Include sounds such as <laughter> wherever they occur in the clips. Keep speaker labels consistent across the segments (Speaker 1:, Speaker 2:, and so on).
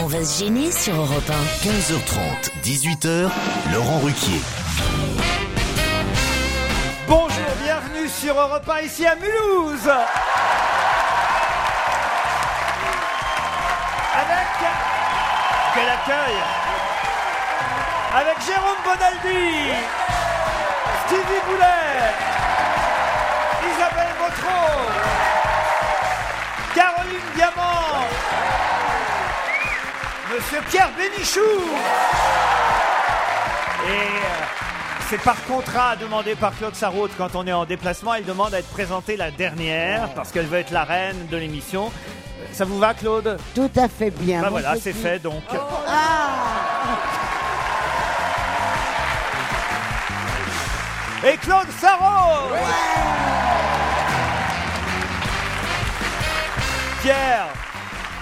Speaker 1: On va se gêner sur Europe
Speaker 2: 15h30, 18h, Laurent Ruquier.
Speaker 3: Bonjour, bienvenue sur Europe 1, ici à Mulhouse. Avec. Quel accueil Avec Jérôme Bonaldi, Stevie Boulet, Isabelle Motro, Caroline Diamant, Monsieur Pierre Bénichou. Et. euh, C'est par contrat demandé par Claude Sarraute quand on est en déplacement. Elle demande à être présentée la dernière parce qu'elle veut être la reine de l'émission. Euh, Ça vous va, Claude
Speaker 4: Tout à fait bien. Oh,
Speaker 3: Bah
Speaker 4: Moi,
Speaker 3: voilà,
Speaker 4: je
Speaker 3: c'est
Speaker 4: dis-
Speaker 3: fait donc. Ah. Et Claude Sarraud Pierre,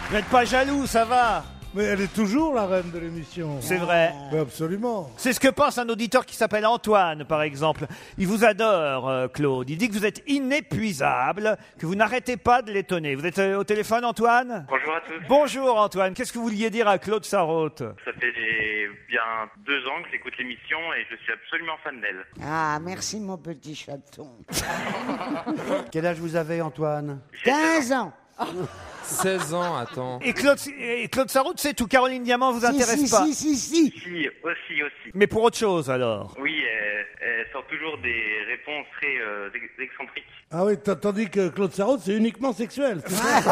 Speaker 3: vous n'êtes pas jaloux, ça va
Speaker 5: Mais elle est toujours la reine de l'émission. Ah.
Speaker 3: C'est vrai.
Speaker 5: Mais absolument.
Speaker 3: C'est ce que pense un auditeur qui s'appelle Antoine, par exemple. Il vous adore, euh, Claude. Il dit que vous êtes inépuisable, que vous n'arrêtez pas de l'étonner. Vous êtes euh, au téléphone, Antoine
Speaker 6: Bonjour à tous.
Speaker 3: Bonjour, Antoine. Qu'est-ce que vous vouliez dire à Claude Sarraute
Speaker 6: Ça fait bien deux ans que j'écoute l'émission et je suis absolument fan d'elle.
Speaker 4: Ah, merci mon petit chaton.
Speaker 7: <laughs> Quel âge vous avez, Antoine
Speaker 4: 15 ans.
Speaker 8: 16 ans, attends.
Speaker 3: Et Claude, et Claude Sarraute, c'est tout. Caroline Diamant vous
Speaker 4: Si,
Speaker 3: intéresse
Speaker 4: si,
Speaker 3: pas.
Speaker 4: si, si, si.
Speaker 6: Si, aussi, aussi.
Speaker 3: Mais pour autre chose, alors.
Speaker 6: Oui, elle, elle sort toujours des réponses très euh, ex- excentriques.
Speaker 5: Ah oui, t- tandis que Claude Sarraute, c'est uniquement sexuel. C'est
Speaker 3: <laughs>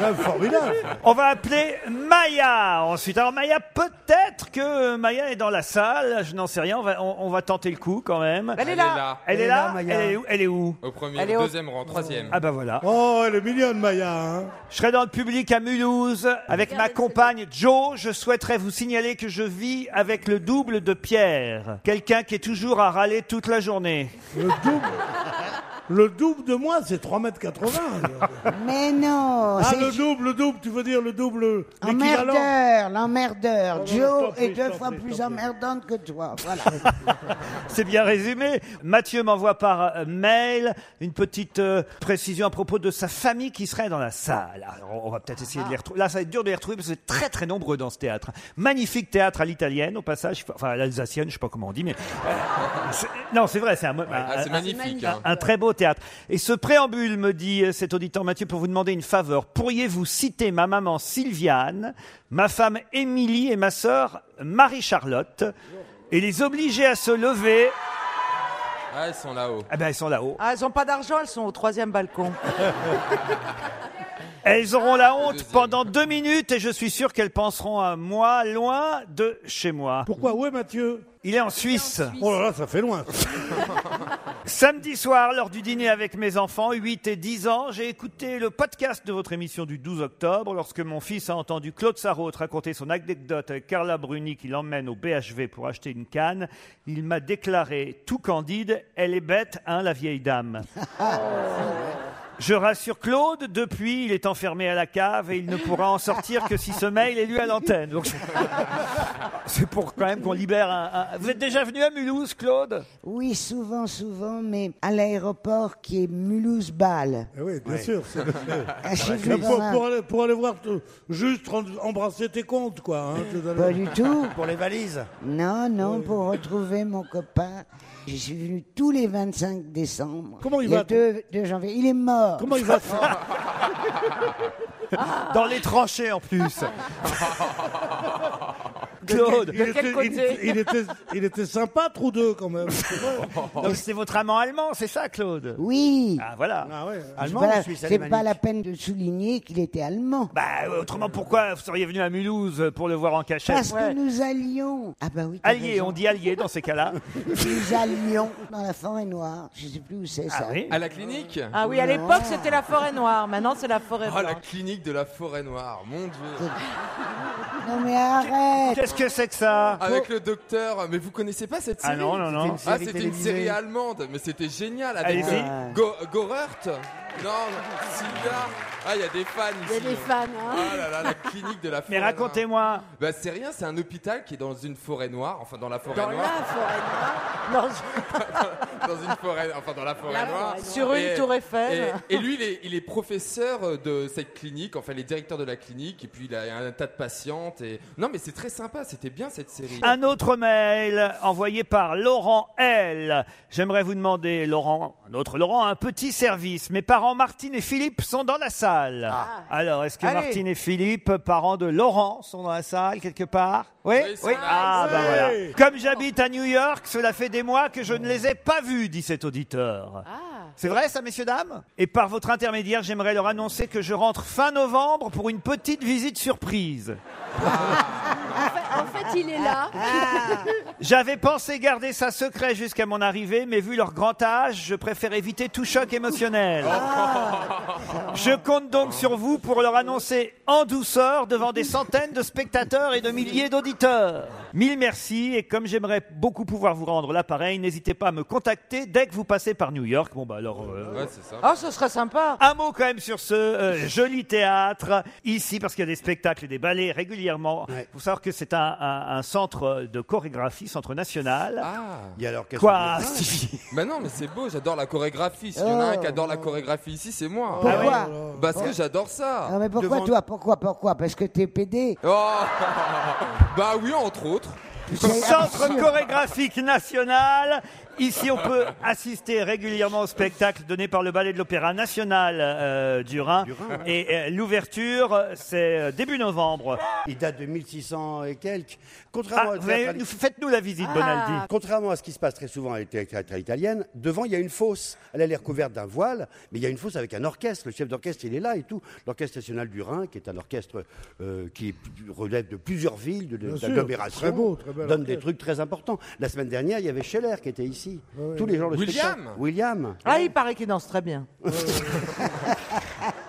Speaker 5: quand même formidable.
Speaker 3: On va appeler Maya ensuite. Alors Maya, peut-être que Maya est dans la salle, je n'en sais rien, on va, on, on va tenter le coup quand même.
Speaker 8: Elle est là.
Speaker 3: Elle, est
Speaker 5: est
Speaker 3: là,
Speaker 5: là, Maya.
Speaker 3: Elle, est où Elle est où
Speaker 8: Au premier, au deuxième rang, troisième.
Speaker 3: Ah bah voilà.
Speaker 5: Oh, elle est mignonne, Maya. hein.
Speaker 3: Je serai dans le public à Mulhouse avec ma compagne Joe. Je souhaiterais vous signaler que je vis avec le double de Pierre. Quelqu'un qui est toujours à râler toute la journée.
Speaker 5: Le double. Le double de moi, c'est 3,80 m.
Speaker 4: Mais non.
Speaker 5: Ah,
Speaker 4: c'est
Speaker 5: le double, le double, tu veux dire le double. l'équivalent.
Speaker 4: Emmerdeur, l'emmerdeur.
Speaker 5: non,
Speaker 4: Joe
Speaker 5: stop,
Speaker 4: est
Speaker 5: oui,
Speaker 4: deux
Speaker 5: stop,
Speaker 4: fois
Speaker 5: oui,
Speaker 4: plus
Speaker 5: stop, oui.
Speaker 4: emmerdante que toi. Voilà. <laughs>
Speaker 3: C'est bien résumé. Mathieu m'envoie par euh, mail une petite euh, précision à propos de sa famille qui serait dans la salle. Alors, on va peut-être essayer de les retrouver. Là, ça va être dur de les retrouver parce que c'est très très nombreux dans ce théâtre. Magnifique théâtre à l'italienne, au passage. Enfin, à l'alsacienne, je sais pas comment on dit, mais euh, c'est- non, c'est vrai, c'est un,
Speaker 8: Ah, c'est
Speaker 3: un-
Speaker 8: magnifique. hein.
Speaker 3: un très beau théâtre. Et ce préambule, me dit euh, cet auditeur Mathieu, pour vous demander une faveur. Pourriez-vous citer ma maman Sylviane, ma femme Émilie et ma sœur Marie-Charlotte et les obliger à se lever
Speaker 8: Ah, ils sont là-haut.
Speaker 3: Ah ben, elles sont là-haut.
Speaker 9: Ah, elles n'ont pas d'argent, elles sont au troisième balcon.
Speaker 3: <laughs> Elles auront la honte
Speaker 8: deuxième.
Speaker 3: pendant deux minutes et je suis sûr qu'elles penseront à moi, loin de chez moi.
Speaker 5: Pourquoi Ouais, Mathieu.
Speaker 3: Il est en Suisse.
Speaker 5: Oh là là, ça fait loin.
Speaker 3: <laughs>
Speaker 5: <laughs>
Speaker 3: Samedi soir, lors du dîner avec mes enfants, 8 et 10 ans, j'ai écouté le podcast de votre émission du 12 octobre lorsque mon fils a entendu Claude Sarraute raconter son anecdote avec Carla Bruni qui l'emmène au BHV pour acheter une canne. Il m'a déclaré, tout candide, elle est bête, hein, la vieille dame.
Speaker 5: <laughs>
Speaker 3: Je rassure Claude, depuis, il est enfermé à la cave et il ne pourra en sortir que si ce mail est lu à l'antenne. Donc, c'est- C'est pour quand même qu'on libère un, un- Vous êtes déjà venu à Mulhouse, Claude
Speaker 4: Oui, souvent, souvent, mais à l'aéroport qui est Mulhouse-Bâle.
Speaker 5: Eh oui, bien sûr. c'est le-
Speaker 4: <laughs> Ah, je suis
Speaker 5: Mais
Speaker 4: venue
Speaker 5: pour,
Speaker 4: dans un-
Speaker 5: pour aller, pour aller voir, tout- juste rend- embrasser tes comptes, quoi. hein, tout à l'heure.
Speaker 4: Pas du tout.
Speaker 7: Pour les valises
Speaker 4: Non, non, pour retrouver mon copain. Je suis venu tous les 25 décembre.
Speaker 5: Comment il
Speaker 4: Le
Speaker 5: va, ton-
Speaker 4: <laughs> 2, 2 janvier. Il est mort.
Speaker 5: Comment il va
Speaker 3: <laughs> Dans les tranchées en
Speaker 9: <laughs>
Speaker 3: plus. Claude.
Speaker 5: Claude, il, était, il- il était, il était sympa, trou deux quand même.
Speaker 3: <laughs> Donc c'est votre amant allemand, c'est ça, Claude
Speaker 4: Oui.
Speaker 3: Ah voilà. Allemand
Speaker 4: C'est pas
Speaker 3: ou
Speaker 4: la-
Speaker 3: suisse
Speaker 4: C'est pas
Speaker 3: alémanique
Speaker 4: la peine de souligner qu'il était allemand.
Speaker 3: Bah, autrement, pourquoi vous seriez venu à Mulhouse pour le voir en cachette
Speaker 4: Parce que nous allions. Ah bah oui. t'as
Speaker 3: Allié,
Speaker 4: raison.
Speaker 3: on dit allié dans ces cas-là.
Speaker 4: Nous allions dans la forêt noire. Je sais plus où c'est ça.
Speaker 8: À la clinique
Speaker 9: Ah oui, à l'époque c'était la forêt noire, maintenant c'est la forêt
Speaker 8: Ah, la
Speaker 9: blanche.
Speaker 8: clinique de la forêt noire, mon dieu.
Speaker 4: Non mais arrête.
Speaker 3: Qu'est-ce que c'est que ça
Speaker 8: Avec le docteur, mais vous connaissez pas cette
Speaker 3: Ah
Speaker 8: série
Speaker 3: non, non, non. C'était une
Speaker 8: Ah,
Speaker 3: série
Speaker 8: c'était une
Speaker 3: télévisée.
Speaker 8: série allemande, mais c'était génial avec
Speaker 3: Allez-y.
Speaker 8: euh, Go- Gorert. Non, Sylvia. Ah, il y a des fans ici.
Speaker 10: Il y a des fans, hein.
Speaker 8: Ah là là, la clinique de la forêt.
Speaker 3: Mais racontez-moi.
Speaker 8: noire. Bah, c'est rien, c'est un hôpital qui est dans une forêt noire, enfin dans la forêt
Speaker 10: Dans
Speaker 8: noire.
Speaker 10: la
Speaker 9: <laughs>
Speaker 10: forêt noire.
Speaker 8: <laughs> dans une forêt, enfin dans la forêt
Speaker 10: La
Speaker 8: noire.
Speaker 10: forêt noire.
Speaker 9: Sur une tour Eiffel.
Speaker 8: Et, et lui, il est, il est professeur euh, de cette clinique, enfin, il est directeur de la clinique, et puis il a un tas de patientes. Et... Non, mais c'est très sympa, c'était bien cette série.
Speaker 9: Ah.
Speaker 3: Un autre mail envoyé par Laurent L. J'aimerais vous demander, Laurent, notre Laurent, un petit service. Mes parents Martine et Philippe sont dans la salle. Alors, est-ce que
Speaker 11: Allez.
Speaker 3: Martine et Philippe, parents de Laurent, sont dans la salle quelque part Oui,
Speaker 11: Oui, c'est
Speaker 3: oui.
Speaker 11: vrai.
Speaker 3: Ah, bah
Speaker 11: Oui.
Speaker 3: voilà. Comme j'habite à New York, cela fait des mois que je ne les ai pas vus, dit cet auditeur. C'est vrai ça, messieurs, dames Et par votre intermédiaire, j'aimerais leur annoncer que je rentre fin novembre pour une petite visite surprise.
Speaker 10: En fait, il est là.
Speaker 3: J'avais pensé garder ça secret jusqu'à mon arrivée, mais vu leur grand âge, je préfère éviter tout choc émotionnel. Je compte donc sur vous pour leur annoncer en douceur devant des centaines de spectateurs et de milliers d'auditeurs. Mille merci et comme j'aimerais beaucoup pouvoir vous rendre l'appareil, n'hésitez pas à me contacter dès que vous passez par New York. Bon bah alors. euh,
Speaker 8: Ouais, c'est ça.
Speaker 9: Oh, ce serait sympa.
Speaker 3: un mot quand même sur ce euh, joli théâtre ici parce qu'il y a des spectacles et des ballets régulièrement. Il faut savoir que c'est un, un- un centre euh, de chorégraphie, centre national.
Speaker 8: Il y a l'orchestre.
Speaker 3: Quoi
Speaker 8: Bah non, mais c'est beau, j'adore la chorégraphie. S'il y en a un qui adore la chorégraphie ici, c'est moi.
Speaker 4: Pourquoi
Speaker 8: Ah oui Parce que
Speaker 4: Pourquoi
Speaker 8: j'adore
Speaker 9: Ah
Speaker 8: ça.
Speaker 4: Non mais pourquoi
Speaker 8: Devant-
Speaker 4: toi Pourquoi Pourquoi Parce que t'es PD.
Speaker 8: <laughs> Oh
Speaker 3: Ah.
Speaker 8: Bah oui, entre autres.
Speaker 3: Centre chorégraphique national. Ici, on peut assister régulièrement au spectacle donné par le ballet de l'Opéra national euh, du Rhin. Et euh, l'ouverture, euh, c'est euh, début novembre.
Speaker 7: Il date de 1600 et quelques. Contrairement
Speaker 3: Ah,
Speaker 7: au
Speaker 3: vous
Speaker 7: théâtre
Speaker 3: avez-
Speaker 7: ali-
Speaker 3: nous- faites-nous la visite, Ah. Bonaldi.
Speaker 7: Contrairement à ce qui se passe très souvent avec les théâtres italiennes, devant, il y a une fosse. Elle a l'air couverte d'un voile, mais il y a une fosse avec un orchestre. Le chef d'orchestre, il est là et tout. L'Orchestre national du Rhin, qui est un orchestre euh, qui relève de plusieurs villes, de- de-
Speaker 5: Bien sûr,
Speaker 7: d'agglomérations,
Speaker 5: très beau, très bel
Speaker 7: donne des
Speaker 5: orchestre. Ah
Speaker 7: trucs très importants. La semaine dernière, il y avait Scheller qui était ici. Tous les genres de
Speaker 9: William
Speaker 7: spectacles. William
Speaker 9: Ah, il paraît qu'il danse très bien.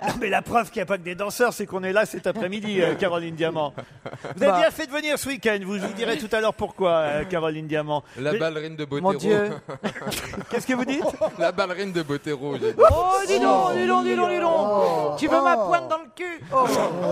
Speaker 3: Ah, Mais la preuve qu'il n'y a pas que des danseurs, c'est qu'on est là cet après-midi, euh, Caroline Diamant. Vous avez
Speaker 8: Bah.
Speaker 3: bien fait de venir ce week-end. Vous, je vous dirai tout à l'heure pourquoi,
Speaker 8: <laughs>
Speaker 3: euh, Caroline Diamant.
Speaker 8: La
Speaker 3: Mais-
Speaker 8: ballerine de Botero.
Speaker 3: Mon
Speaker 8: <laughs>
Speaker 3: Dieu. Qu'est-ce que vous dites
Speaker 8: La ballerine de Botero. Oh. j'ai dit.
Speaker 9: Oh, dis donc, dis donc, dis donc, dis donc.
Speaker 3: Oh.
Speaker 9: tu veux ma pointe dans le cul oh.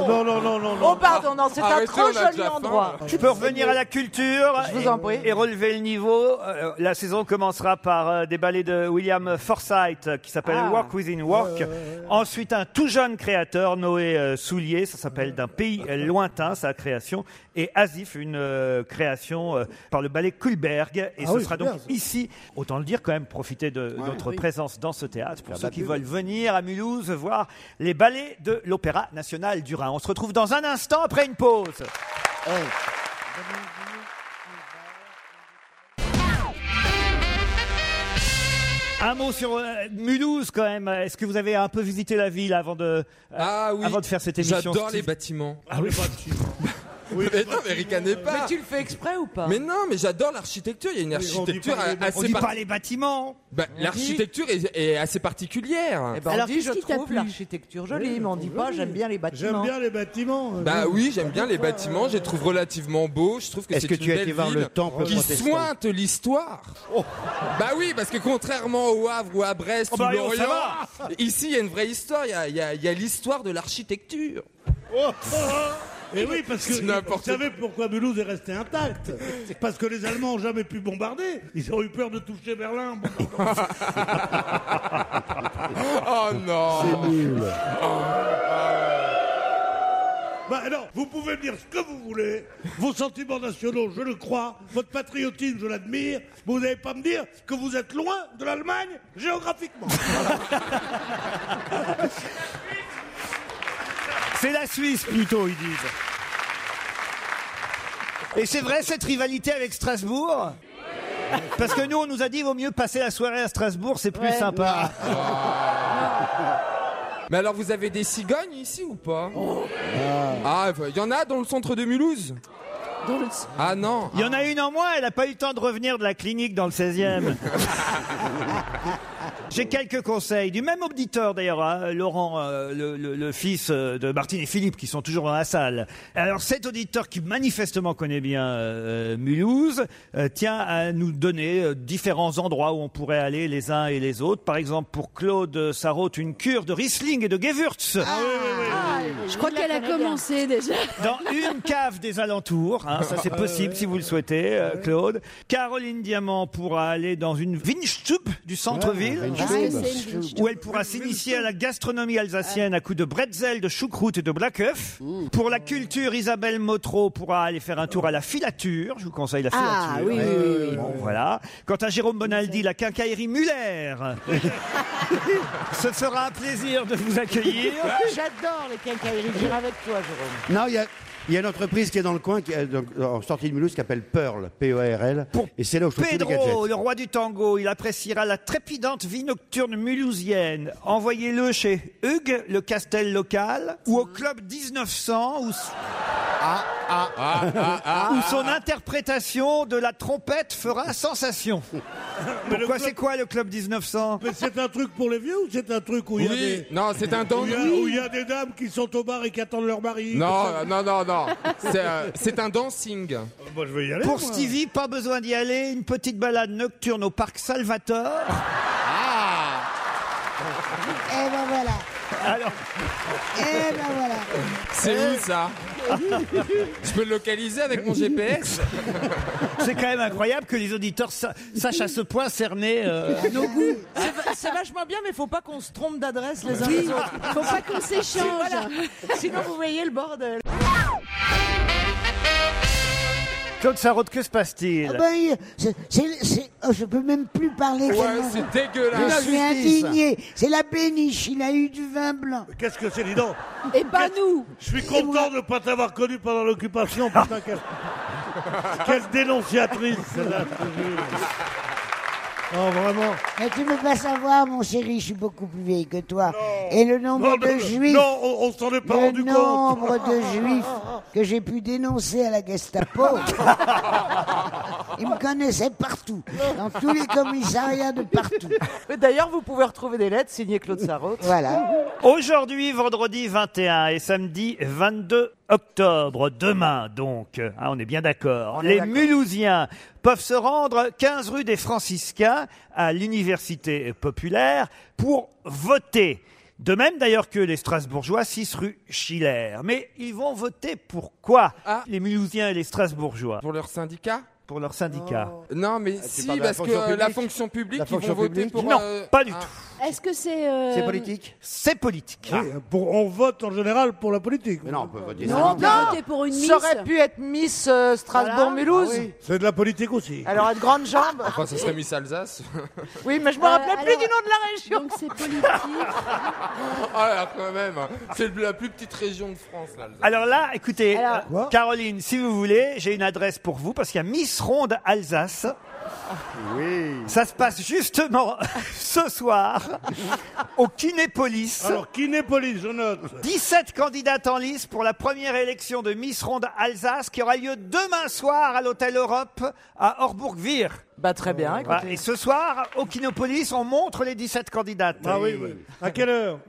Speaker 5: Non, non, non, non.
Speaker 9: Oh, pardon, non, c'est un
Speaker 3: Arrêtez, on
Speaker 9: trop
Speaker 3: a
Speaker 9: joli
Speaker 3: déjà faim,
Speaker 9: endroit.
Speaker 3: Tu peux revenir à la culture
Speaker 9: Je vous
Speaker 3: et-
Speaker 9: en prie.
Speaker 3: et relever le niveau. Euh, la saison commencera par euh, des ballets de William Forsythe euh, qui s'appelle
Speaker 11: Ah.
Speaker 3: Work Within Work. Ensuite, un tout jeune créateur, Noé euh, Soulier, ça s'appelle D'un pays lointain, sa création. Et Asif, une euh, création euh, par le ballet Kulberg. Et
Speaker 5: Ah
Speaker 3: ce
Speaker 5: oui,
Speaker 3: sera
Speaker 5: c'est
Speaker 3: donc
Speaker 5: bien, ça.
Speaker 3: ici, autant le dire quand même, profiter de notre
Speaker 5: Oui.
Speaker 3: présence dans ce théâtre pour
Speaker 5: Faire
Speaker 3: ceux
Speaker 5: la
Speaker 3: qui
Speaker 5: pub.
Speaker 3: veulent venir à Mulhouse voir les ballets de l'Opéra National du Rhin. On se retrouve dans un instant après une pause. Un mot sur euh, Mulhouse quand même. Est-ce que vous avez un peu visité la ville avant de, euh,
Speaker 5: Ah
Speaker 3: avant de faire cette émission
Speaker 8: J'adore les
Speaker 3: Steve
Speaker 8: bâtiments.
Speaker 3: Ah oui.
Speaker 8: mais non, mais ricanez pas.
Speaker 9: Mais tu le fais exprès ou pas
Speaker 8: Mais non, mais j'adore l'architecture. Il y a une
Speaker 3: on dit
Speaker 8: architecture
Speaker 3: pas les bâtiments.
Speaker 8: assez.
Speaker 3: On dit pas
Speaker 8: parti-
Speaker 3: les bâtiments.
Speaker 8: Bah,
Speaker 9: On dit-
Speaker 8: l'architecture est, est assez particulière.
Speaker 9: Eh ben, on dit, je trouve l'architecture jolie, mais on dit pas, j'aime bien les bâtiments.
Speaker 5: J'aime bien les bâtiments. hein.
Speaker 8: Bah oui, j'aime bien les bâtiments, je les trouve relativement beaux, je trouve que
Speaker 7: Est-ce
Speaker 8: c'est une
Speaker 7: que tu as été
Speaker 8: belle
Speaker 7: voir le
Speaker 8: ville
Speaker 7: temple Oh.
Speaker 8: qui
Speaker 7: protestant
Speaker 8: sointe l'histoire. Bah oui, parce que contrairement au Havre ou à Brest
Speaker 11: Oh
Speaker 8: ou
Speaker 11: bah, allez, on
Speaker 8: Lorient,
Speaker 11: s'en va.
Speaker 8: ici il y a une vraie histoire, il y a, il y a- il y a l'histoire de l'architecture.
Speaker 5: Et oui, parce que
Speaker 8: C'est
Speaker 5: vous
Speaker 8: n'importe
Speaker 5: savez pourquoi Mulhouse est resté intact Parce que les Allemands ont jamais pu bombarder. Ils ont eu peur de toucher Berlin.
Speaker 8: <laughs> oh non Oh,
Speaker 5: C'est nul. Bah non, vous pouvez me dire ce que vous voulez. Vos sentiments nationaux, je le crois. Votre patriotisme, je l'admire. Mais vous n'allez pas me dire que vous êtes loin de l'Allemagne géographiquement.
Speaker 3: <laughs> C'est la Suisse plutôt, ils disent. Et c'est vrai cette rivalité avec Strasbourg Parce que nous, on nous a dit vaut mieux passer la soirée à Strasbourg, c'est plus
Speaker 8: Ouais.
Speaker 3: sympa.
Speaker 8: Mais alors, vous avez des cigognes ici ou pas Ah, il y en a dans le centre de Mulhouse Ah non
Speaker 3: Il y en a une en moins, elle n'a pas eu le temps de revenir de la clinique dans le 16e. J'ai quelques conseils, du même auditeur d'ailleurs, hein, Laurent, euh, le, le- le fils euh, de Martine et Philippe, qui sont toujours dans la salle. Alors cet auditeur qui manifestement connaît bien euh, Mulhouse, euh, tient à nous donner euh, différents endroits où on pourrait aller les uns et les autres. Par exemple, pour Claude Sarraute, une cure de Riesling et de Gewürz.
Speaker 10: Je crois qu'elle a commencé déjà.
Speaker 3: Dans une cave des alentours, hein, ça c'est
Speaker 11: Ah,
Speaker 3: possible si vous le souhaitez, euh, Claude. Caroline Diamant pourra aller dans une Winstube du centre-ville,
Speaker 11: Ouais, Windstube. Qu'est-ce que Ah, c'est, une Windstube
Speaker 3: où elle pourra s'initier à la gastronomie alsacienne à coups de bretzel, de choucroute et de black œuf.
Speaker 11: Mmh.
Speaker 3: Pour la culture, Isabelle Motro pourra aller faire un tour à la filature. Je vous conseille la filature.
Speaker 11: Ah, oui, oui, oui, oui.
Speaker 3: Bon, voilà. Quant à Jérôme Bonaldi, la quincaillerie
Speaker 11: <laughs>
Speaker 3: Muller <laughs> se fera un plaisir de vous accueillir.
Speaker 9: J'adore les quincailleries. J'irai avec toi, Jérôme.
Speaker 7: Non, il y a, il y a une entreprise qui est dans le coin, qui est, donc, en sortie de Mulhouse, qui s'appelle Pearl, E P-E-A-R-L. Et c'est là où je trouve tous les gadgets.
Speaker 3: Pedro, le roi du tango, il appréciera la trépidante vie nocturne mulhousienne. Envoyez-le chez Hugues, le castel local, ou au club 1900, où, s-
Speaker 2: ah,
Speaker 3: où son interprétation de la trompette fera sensation. Pourquoi c'est quoi le club 1900
Speaker 5: Mais c'est un truc pour les vieux ou c'est un truc où il
Speaker 8: Oui,
Speaker 5: y a des...
Speaker 8: non, c'est un
Speaker 5: Où il y a-
Speaker 8: dandy.
Speaker 5: Où il y a des dames qui sont au bar et qui attendent leur mari.
Speaker 8: Non,
Speaker 5: Comme ça.
Speaker 8: euh, non, non, non. C'est euh, c'est un dancing.
Speaker 5: Moi, je vais y aller.
Speaker 3: Pour
Speaker 5: moi.
Speaker 3: Stevie, pas besoin d'y aller, une petite balade nocturne au parc Salvatore.
Speaker 8: Ah.
Speaker 4: Eh ben voilà.
Speaker 3: Alors,
Speaker 4: Eh ben voilà.
Speaker 8: C'est où ça Je peux le localiser avec mon GPS
Speaker 3: <laughs> c'est quand même incroyable que les auditeurs sa- sachent à ce point cerner euh, nos goûts.
Speaker 9: C'est va- C'est vachement bien, mais faut pas qu'on se trompe d'adresse les uns
Speaker 10: Oui,
Speaker 9: les autres.
Speaker 10: faut pas qu'on s'échange.
Speaker 9: Voilà. Sinon, vous voyez le bordel.
Speaker 3: Claude Sarraute, que se passe-t-il
Speaker 4: Ah ben, il- c'est- c'est- c'est- oh, je peux même plus parler.
Speaker 8: Ouais,
Speaker 4: tellement-
Speaker 8: c'est dégueulasse.
Speaker 4: Je suis
Speaker 8: La justice.
Speaker 4: indigné. C'est la péniche. Il a eu du vin blanc.
Speaker 5: Qu'est-ce que c'est, dis donc
Speaker 4: Et pas nous.
Speaker 5: Je suis content de ne pas t'avoir connu pendant l'occupation, putain, quelle...
Speaker 8: <laughs>
Speaker 5: quelle dénonciatrice, celle-là.
Speaker 4: Oh, vraiment Mais tu veux pas savoir, mon chéri, je suis beaucoup plus vieille que toi. Et le nombre
Speaker 5: Non,
Speaker 4: de
Speaker 5: non,
Speaker 4: juifs.
Speaker 5: non, on- on s'en est pas
Speaker 4: le
Speaker 5: rendu compte.
Speaker 4: nombre
Speaker 3: <laughs>
Speaker 5: <laughs>
Speaker 4: de juifs que j'ai pu dénoncer à la Gestapo. Ils me connaissaient partout, dans tous les
Speaker 3: Ah
Speaker 4: commissariats de partout.
Speaker 9: <laughs> Mais D'ailleurs, vous pouvez retrouver des lettres signées Claude Sarraute.
Speaker 4: Voilà.
Speaker 3: Aujourd'hui, vendredi 21 et samedi 22 octobre, demain donc, hein, on est bien d'accord, les Mulhousiens peuvent se rendre 15 rue des Franciscains à l'Université populaire pour voter. De même d'ailleurs que les Strasbourgeois, 6 rue Schiller. Mais ils vont voter pour quoi Les Mulhousiens et les Strasbourgeois.
Speaker 8: Ah. Pour leur syndicat
Speaker 3: Pour leur syndicat.
Speaker 8: Non, mais
Speaker 3: Ah, tu
Speaker 8: si,
Speaker 3: parles de la
Speaker 8: parce que
Speaker 3: fonction
Speaker 8: euh, la
Speaker 3: publique
Speaker 8: fonction publique,
Speaker 3: La
Speaker 8: ils
Speaker 3: fonction
Speaker 8: vont voter
Speaker 3: publique
Speaker 8: pour. euh,
Speaker 3: Non, pas
Speaker 8: ah.
Speaker 3: du tout.
Speaker 10: Est-ce que c'est. euh,
Speaker 3: C'est politique.
Speaker 5: Oui, pour, on vote en général pour la politique. Mais
Speaker 7: non, on peut voter.
Speaker 9: Non,
Speaker 10: peut voter pour une Miss.
Speaker 9: Ça aurait pu être Miss euh,
Speaker 4: Ah
Speaker 9: Strasbourg-Mulhouse.
Speaker 5: C'est de la politique aussi.
Speaker 9: Elle aurait de grandes jambes.
Speaker 4: Ah,
Speaker 8: Enfin, ça serait Miss Alsace.
Speaker 9: Oui, mais je me
Speaker 10: Euh,
Speaker 9: rappelais plus
Speaker 10: alors,
Speaker 9: du nom de la région.
Speaker 10: Donc c'est politique.
Speaker 8: <laughs> Ah là, quand même. C'est la plus petite région de France, <laughs> l'Alsace.
Speaker 3: Alors là, écoutez, euh, Caroline, si vous voulez, j'ai une adresse pour vous parce qu'il y a Miss Ronde Alsace. Oui. Ça se passe justement <laughs> ce
Speaker 5: <laughs>
Speaker 3: soir au Kinépolis.
Speaker 5: Alors, Kinépolis, je note.
Speaker 3: 17 candidates en lice pour la première élection de Miss Ronde Alsace qui aura lieu demain soir à l'Hôtel Europe à Orbourg-Vire.
Speaker 9: Bah très bien. écoutez.
Speaker 3: Voilà. Et ce soir, au Kinopolis, on montre les 17 candidates.
Speaker 5: Ah oui, oui. À quelle heure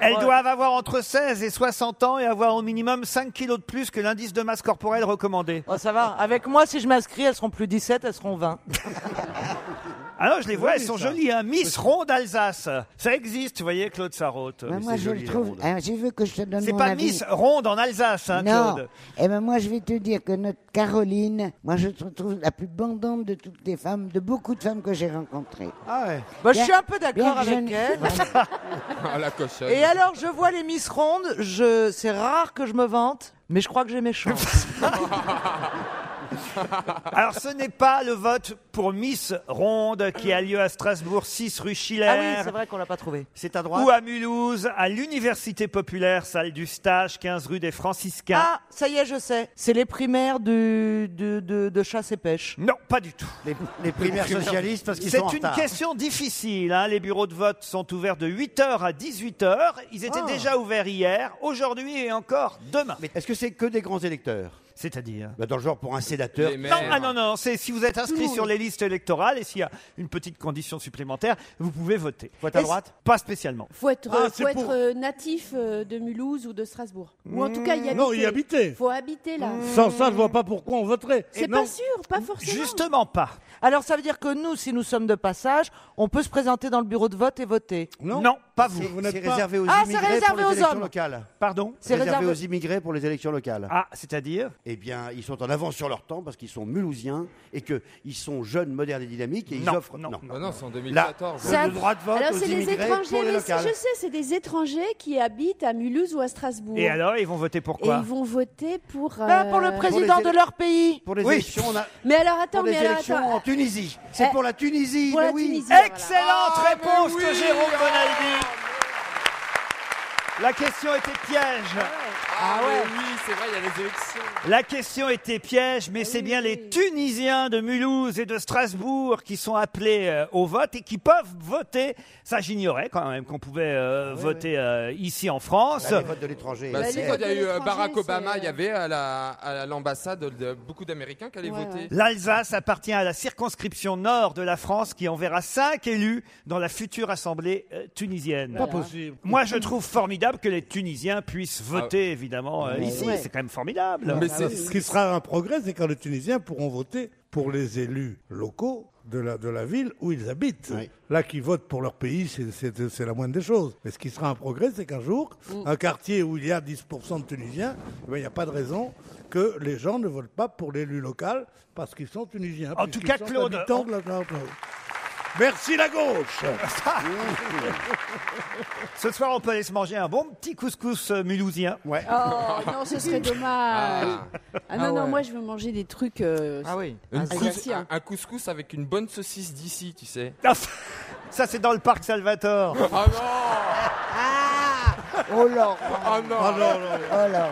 Speaker 3: Elles doivent avoir entre 16 et 60 ans et avoir au minimum 5 kilos de plus que l'indice de masse corporelle recommandé.
Speaker 9: Oh, ça va. Avec moi, si je m'inscris, elles seront plus 17, elles seront 20.
Speaker 3: <laughs> Alors Ah je les vois,
Speaker 9: Joli,
Speaker 3: elles sont
Speaker 9: ça.
Speaker 3: jolies, hein. Miss Ronde Alsace. Ça existe, vous voyez, Claude Sarraute.
Speaker 4: Ben, moi, je le trouve. Alors, tu veux que je te donne
Speaker 3: C'est
Speaker 4: mon
Speaker 3: pas
Speaker 4: avis
Speaker 3: Miss Ronde en Alsace, hein,
Speaker 4: non.
Speaker 3: Claude.
Speaker 4: Eh ben moi, je vais te dire que notre Caroline, moi, je te trouve la plus bandante de toutes les femmes, de beaucoup de femmes que j'ai rencontrées.
Speaker 3: Ah ouais.
Speaker 9: Bah, je
Speaker 4: Bien-
Speaker 9: suis un peu
Speaker 4: bien
Speaker 9: d'accord
Speaker 4: que je
Speaker 9: avec
Speaker 4: n'ai-
Speaker 9: elle.
Speaker 8: Ah, la cochonne. <laughs>
Speaker 9: Et alors, je vois les
Speaker 3: <laughs>
Speaker 9: Miss Rondes. Je... C'est rare que je me vante, mais je crois que j'ai mes chances.
Speaker 3: Alors, ce n'est pas le vote pour Miss Ronde qui a lieu à Strasbourg 6 rue Schiller.
Speaker 9: Ah oui, c'est vrai qu'on l'a pas trouvé.
Speaker 7: C'est à
Speaker 3: Ou à Mulhouse, à l'Université populaire, salle du stage, 15 rue des Franciscains.
Speaker 9: Ah, ça y est, je sais. C'est les primaires du, du- de, de chasse et pêche.
Speaker 3: Non, pas du tout.
Speaker 9: Les,
Speaker 7: primaires socialistes, parce qu'ils
Speaker 3: C'est
Speaker 7: sont en
Speaker 3: une
Speaker 7: retard.
Speaker 3: question difficile. hein. Les bureaux de vote sont ouverts de 8h à 18h. Ils étaient
Speaker 7: Ah.
Speaker 3: déjà ouverts hier, aujourd'hui et encore demain.
Speaker 7: Est-ce que c'est que des grands électeurs Bah,
Speaker 3: C'est-à-dire
Speaker 7: Dans le genre pour un sénateur.
Speaker 3: Non, ah non, non, c'est si vous êtes
Speaker 7: Tout le
Speaker 3: inscrit
Speaker 7: monde.
Speaker 3: sur les listes électorales et s'il y a une petite condition supplémentaire, vous pouvez voter. Faut
Speaker 7: être à droite
Speaker 3: Pas spécialement.
Speaker 10: Faut être,
Speaker 3: Ah, c'est
Speaker 10: faut être
Speaker 3: pour-
Speaker 10: euh, natif euh, de Mulhouse ou de Strasbourg. Ou en tout cas, y habiter.
Speaker 5: Non, y habiter.
Speaker 10: Faut habiter là.
Speaker 9: Mmh.
Speaker 5: Sans ça, je vois pas pourquoi on voterait.
Speaker 10: C'est pas sûr, pas forcément.
Speaker 3: Justement pas.
Speaker 9: Alors ça veut dire que nous, si nous sommes de passage, on peut se présenter dans le bureau de vote et voter.
Speaker 7: Non,
Speaker 3: pas
Speaker 7: vous.
Speaker 9: Vous
Speaker 7: C'est
Speaker 9: n'êtes pas-
Speaker 7: réservé aux
Speaker 9: Ah, c'est
Speaker 7: immigrés pour
Speaker 9: réservé
Speaker 7: les
Speaker 9: aux
Speaker 7: élections
Speaker 9: hommes.
Speaker 7: locales.
Speaker 3: Pardon
Speaker 7: C'est réservé,
Speaker 9: réservé-
Speaker 7: aux immigrés pour les élections locales.
Speaker 3: Ah, c'est-à-dire
Speaker 7: Eh bien, ils sont en avance sur leur temps parce qu'ils sont mulhousiens et qu'ils sont jeunes, modernes et dynamiques et ils
Speaker 8: Non,
Speaker 7: offrent.
Speaker 8: non,
Speaker 7: non,
Speaker 8: Oh non, non, c'est en 2014.
Speaker 7: Là,
Speaker 10: Ça-
Speaker 7: le droit de vote
Speaker 10: Alors,
Speaker 7: aux
Speaker 10: c'est les
Speaker 7: immigrés
Speaker 10: étrangers,
Speaker 7: pour les
Speaker 10: mais c'est-
Speaker 7: locales.
Speaker 10: je sais, c'est des étrangers qui habitent à Mulhouse ou à Strasbourg.
Speaker 3: Et alors, ils vont voter pourquoi
Speaker 10: Et ils vont voter pour.
Speaker 9: Bah, pour le président de leur pays.
Speaker 7: Pour les
Speaker 3: Oui.
Speaker 7: élections, on a-
Speaker 10: Mais alors, attends,
Speaker 7: pour les
Speaker 10: mais alors,
Speaker 7: élections
Speaker 10: attends.
Speaker 7: en Tunisie. C'est
Speaker 10: Eh,
Speaker 7: pour la Tunisie.
Speaker 10: pour la
Speaker 7: mais oui.
Speaker 10: Tunisie,
Speaker 3: Excellente réponse de Jérôme Bonaldi. La question était piège.
Speaker 8: Ah ouais Oui, c'est vrai, il y a les élections.
Speaker 3: La question était piège, mais c'est bien les Tunisiens de Mulhouse et de Strasbourg qui sont appelés euh, au vote et qui peuvent voter. Ça, j'ignorais quand même qu'on pouvait euh, voter euh, ici en France.
Speaker 7: Bah, les votes de l'étranger.
Speaker 8: Bah, si, quand il y a eu euh, Barack
Speaker 10: c'est,
Speaker 8: Obama, il y avait à la- à l'ambassade de- beaucoup d'Américains qui allaient voter.
Speaker 3: L'Alsace appartient à la circonscription nord de la France qui enverra cinq élus dans la future assemblée euh, tunisienne.
Speaker 5: Pas Voilà. possible.
Speaker 3: Moi, je trouve formidable que les Tunisiens puissent
Speaker 8: Ah.
Speaker 3: voter, évidemment, euh,
Speaker 5: Ouais.
Speaker 3: ici.
Speaker 5: Ouais.
Speaker 3: C'est quand même formidable.
Speaker 5: Mais c'est- ce qui sera un progrès, c'est quand les Tunisiens pourront voter pour les élus locaux de la, de la ville où ils habitent. Là, qui votent pour leur pays, c'est- c'est c'est la moindre des choses. Mais ce qui sera un progrès, c'est qu'un jour, un quartier où il y a 10% de Tunisiens, eh ben, il n'y a pas de raison que les gens ne votent pas pour l'élu local parce qu'ils sont Tunisiens.
Speaker 3: En tout
Speaker 5: puisqu'ils
Speaker 3: cas,
Speaker 5: sont
Speaker 3: Claude,
Speaker 5: habitants
Speaker 3: on-
Speaker 5: de la- de la- de la- Merci la gauche
Speaker 3: <laughs> Ce soir, on peut aller se manger un bon petit couscous euh, mulhousien.
Speaker 7: Ouais.
Speaker 10: Oh, non, ce
Speaker 3: <laughs>
Speaker 10: serait dommage. Ah, non,
Speaker 8: Ah
Speaker 10: non,
Speaker 8: ouais.
Speaker 10: moi, je veux manger des trucs. euh,
Speaker 8: Ah
Speaker 3: Ah
Speaker 8: Une cous-
Speaker 10: alsaciens.
Speaker 8: un, un couscous avec une bonne saucisse d'ici, tu sais.
Speaker 3: Ça, c'est dans le parc Salvatore.
Speaker 8: Ah non
Speaker 4: Oh là
Speaker 8: Ah non
Speaker 4: Oh là Oh là